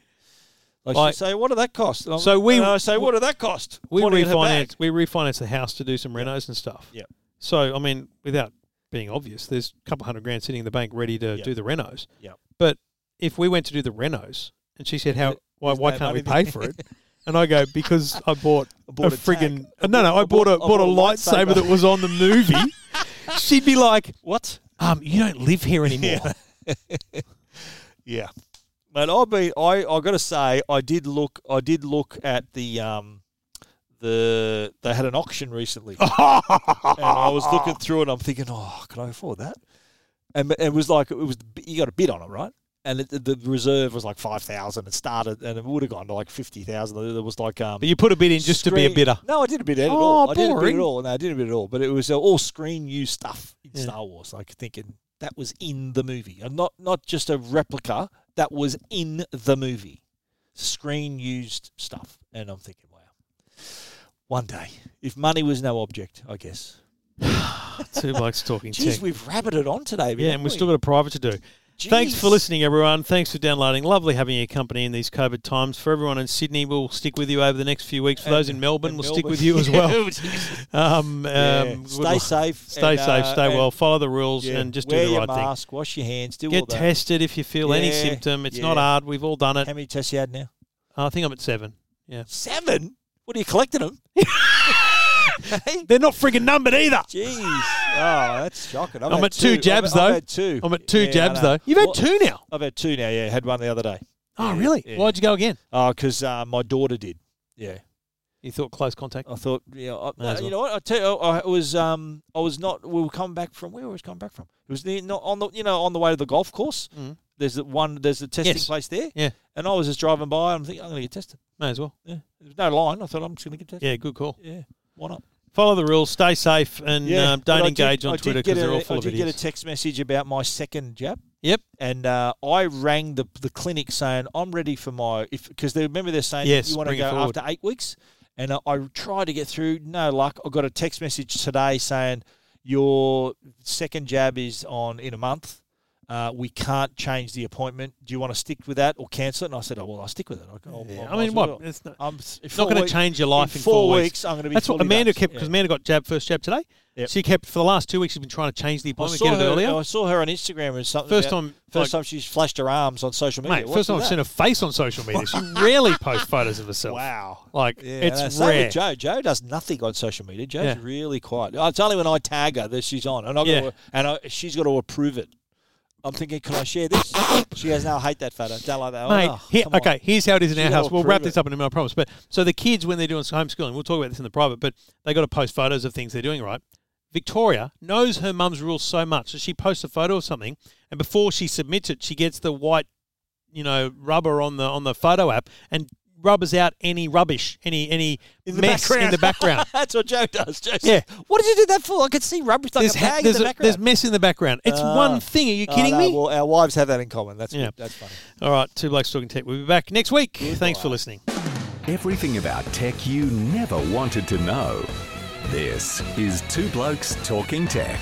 B: like,
A: Like-
B: she'd say, What did that cost? And I'm-
A: So we-
B: and I say, What did that cost?
A: we
B: Pointing at her bag.
A: refinance we refinance the house to do some renos and stuff.
B: Yep.
A: So I mean, without being obvious, there's a couple hundred grand sitting in the bank ready to
B: Yep.
A: do the renos.
B: Yep.
A: But if we went to do the renos and she said, "How? Why,
B: There's
A: why
B: no
A: can't we
B: money
A: pay for it?" And I go, "Because I bought,
B: I bought
A: a
B: a tag.
A: friggin'
B: I
A: no, no,
B: bought-
A: I bought, a bought a lightsaber that was on the movie." She'd be like,
B: What?
A: "Um, you don't live here anymore."
B: Yeah. But I'll be I I gotta say I did look I did look at the um the they had an auction recently. and I was looking through it I'm thinking, oh, can I afford that? And it was like it was you got a bid on it, right? And it, the reserve was like five thousand. It started, and it would have gone to like fifty thousand. There was like um,
A: But you put a bid in just to be a
B: screen-
A: bidder.
B: No, I did a bit at
A: Oh,
B: all. I did a bit
A: boring.
B: at all. No, I did a bit at all. But it was uh, all screen use stuff in
A: Yeah.
B: Star Wars. Like thinking that was in the movie, and not not just a replica. That was in the movie, screen used stuff. And I'm thinking, wow, one day, if money was no object, I guess.
A: Two blokes talking
B: Jeez,
A: tech.
B: we've rabbited on today.
A: Yeah, and we've still got a private to do.
B: Jeez.
A: Thanks for listening, everyone. Thanks for downloading. Lovely having your company in these COVID times. For everyone in Sydney, we'll stick with you over the next few weeks. For those in Melbourne,
B: And
A: we'll stick
B: Melbourne.
A: with you as well. Um,
B: Yeah.
A: um,
B: Stay
A: we'll-
B: safe.
A: Stay
B: and,
A: safe.
B: uh,
A: Stay
B: and,
A: well. Follow the rules
B: yeah,
A: and just do
B: wear
A: the
B: your
A: right thing.
B: mask, Wash your hands. Do all
A: Get
B: that.
A: tested if you feel any
B: Yeah,
A: symptom. It's
B: yeah.
A: not hard. We've all done it.
B: How many tests you had now?
A: I think I'm at seven. Yeah,
B: Seven? What are you collecting them? hey?
A: they're not frigging numbered either.
B: Jeez. Oh, that's shocking. I've
A: I'm
B: had
A: at two jabs,
B: I've,
A: though.
B: I've had two.
A: I'm at two
B: Yeah, I
A: jabs
B: know.
A: though. You've had
B: Well,
A: two now.
B: I've had two now, yeah. Had one the other day.
A: Oh,
B: yeah,
A: really?
B: yeah.
A: Why'd you go again?
B: Oh, because uh, my daughter did. Yeah.
A: You thought close contact.
B: I thought, yeah, I,
A: May as
B: you know what? I tell you, I I was, um, I was not. We were coming back from where was coming back from? It was near, not on the, you know, on the way to the golf course.
A: Mhm.
B: There's the one, there's the testing
A: Yes.
B: place there.
A: Yeah.
B: And I was just driving by. I'm thinking, I'm going to get tested.
A: May as well.
B: Yeah. There's no line. I thought I'm just going to get tested.
A: Yeah, good call.
B: Yeah. Why not?
A: Follow the rules. Stay safe and um,
B: but I
A: don't
B: did-
A: engage
B: I
A: on
B: did
A: Twitter
B: get
A: because they're
B: a-
A: all full
B: I
A: of
B: did get a
A: idiots.
B: text message about my second jab,
A: Yep.
B: and uh, I rang the the clinic saying I'm ready for my if because they remember they're saying
A: Yes,
B: you want to
A: bring it
B: go
A: forward.
B: after eight weeks, and uh, I, I tried to get through, no luck. I got a text message today saying your second jab is on in a month. Uh, we can't change the appointment. Do you want to stick with that or cancel it? And I said, oh well, I'll stick with it. I, will
A: Yeah, I mean, what? It's not,
B: I'm
A: it's not going to change your life in,
B: four weeks. I'm going to be.
A: That's what
B: fully
A: Amanda
B: vaxxed.
A: kept
B: Yeah.
A: because Amanda got jab first jab today.
B: Yep.
A: She kept for the last two weeks. She's been trying to change the
B: I
A: appointment,
B: saw,
A: get it
B: her,
A: earlier.
B: I saw her on Instagram and something.
A: First
B: about-
A: time,
B: first
A: like-
B: time she's flashed her arms on social media.
A: Mate,
B: What's
A: first time
B: with
A: I've
B: that?
A: seen a face on social media. She rarely posts photos of herself.
B: Wow.
A: Like
B: Yeah, and
A: it's
B: same
A: rare.
B: With Joe. Joe does nothing on social media. Joe's
A: Yeah.
B: really quiet. Uh, It's only when I tag her that she's on, and I've
A: Yeah.
B: got to, and I, she's got to approve it. I'm thinking, can I share this? She goes, "No, I hate that photo. Don't like that."
A: Mate,
B: oh,
A: here,
B: come on.
A: okay, here's how it is in
B: She's
A: our
B: gotta
A: house. We'll wrap
B: approve
A: this up in a minute, I promise. But so the kids, when they're doing homeschooling, we'll talk about this in the private, but they got to post photos of things they're doing, right? Victoria knows her mum's rules so much that she posts a photo of something, and before she submits it, she gets the white, you know, rubber on the on the photo app and rubbers out any rubbish, any any
B: In the
A: mess in
B: background.
A: the background.
B: That's what Joe does. Joe says,
A: Yeah.
B: What did you do that for? I could see rubbish like
A: there's,
B: a
A: ha-
B: bag in
A: there's,
B: the
A: a- there's
B: background.
A: mess in the background. It's
B: Ah.
A: one thing. Are you
B: Oh,
A: kidding
B: no,
A: me?
B: Well, our wives have that in common. That's
A: Yeah.
B: good. that's funny.
A: All right, two blokes talking tech. We'll be back next week. Thanks for listening.
C: Everything about tech you never wanted to know. This is Two Blokes Talking Tech.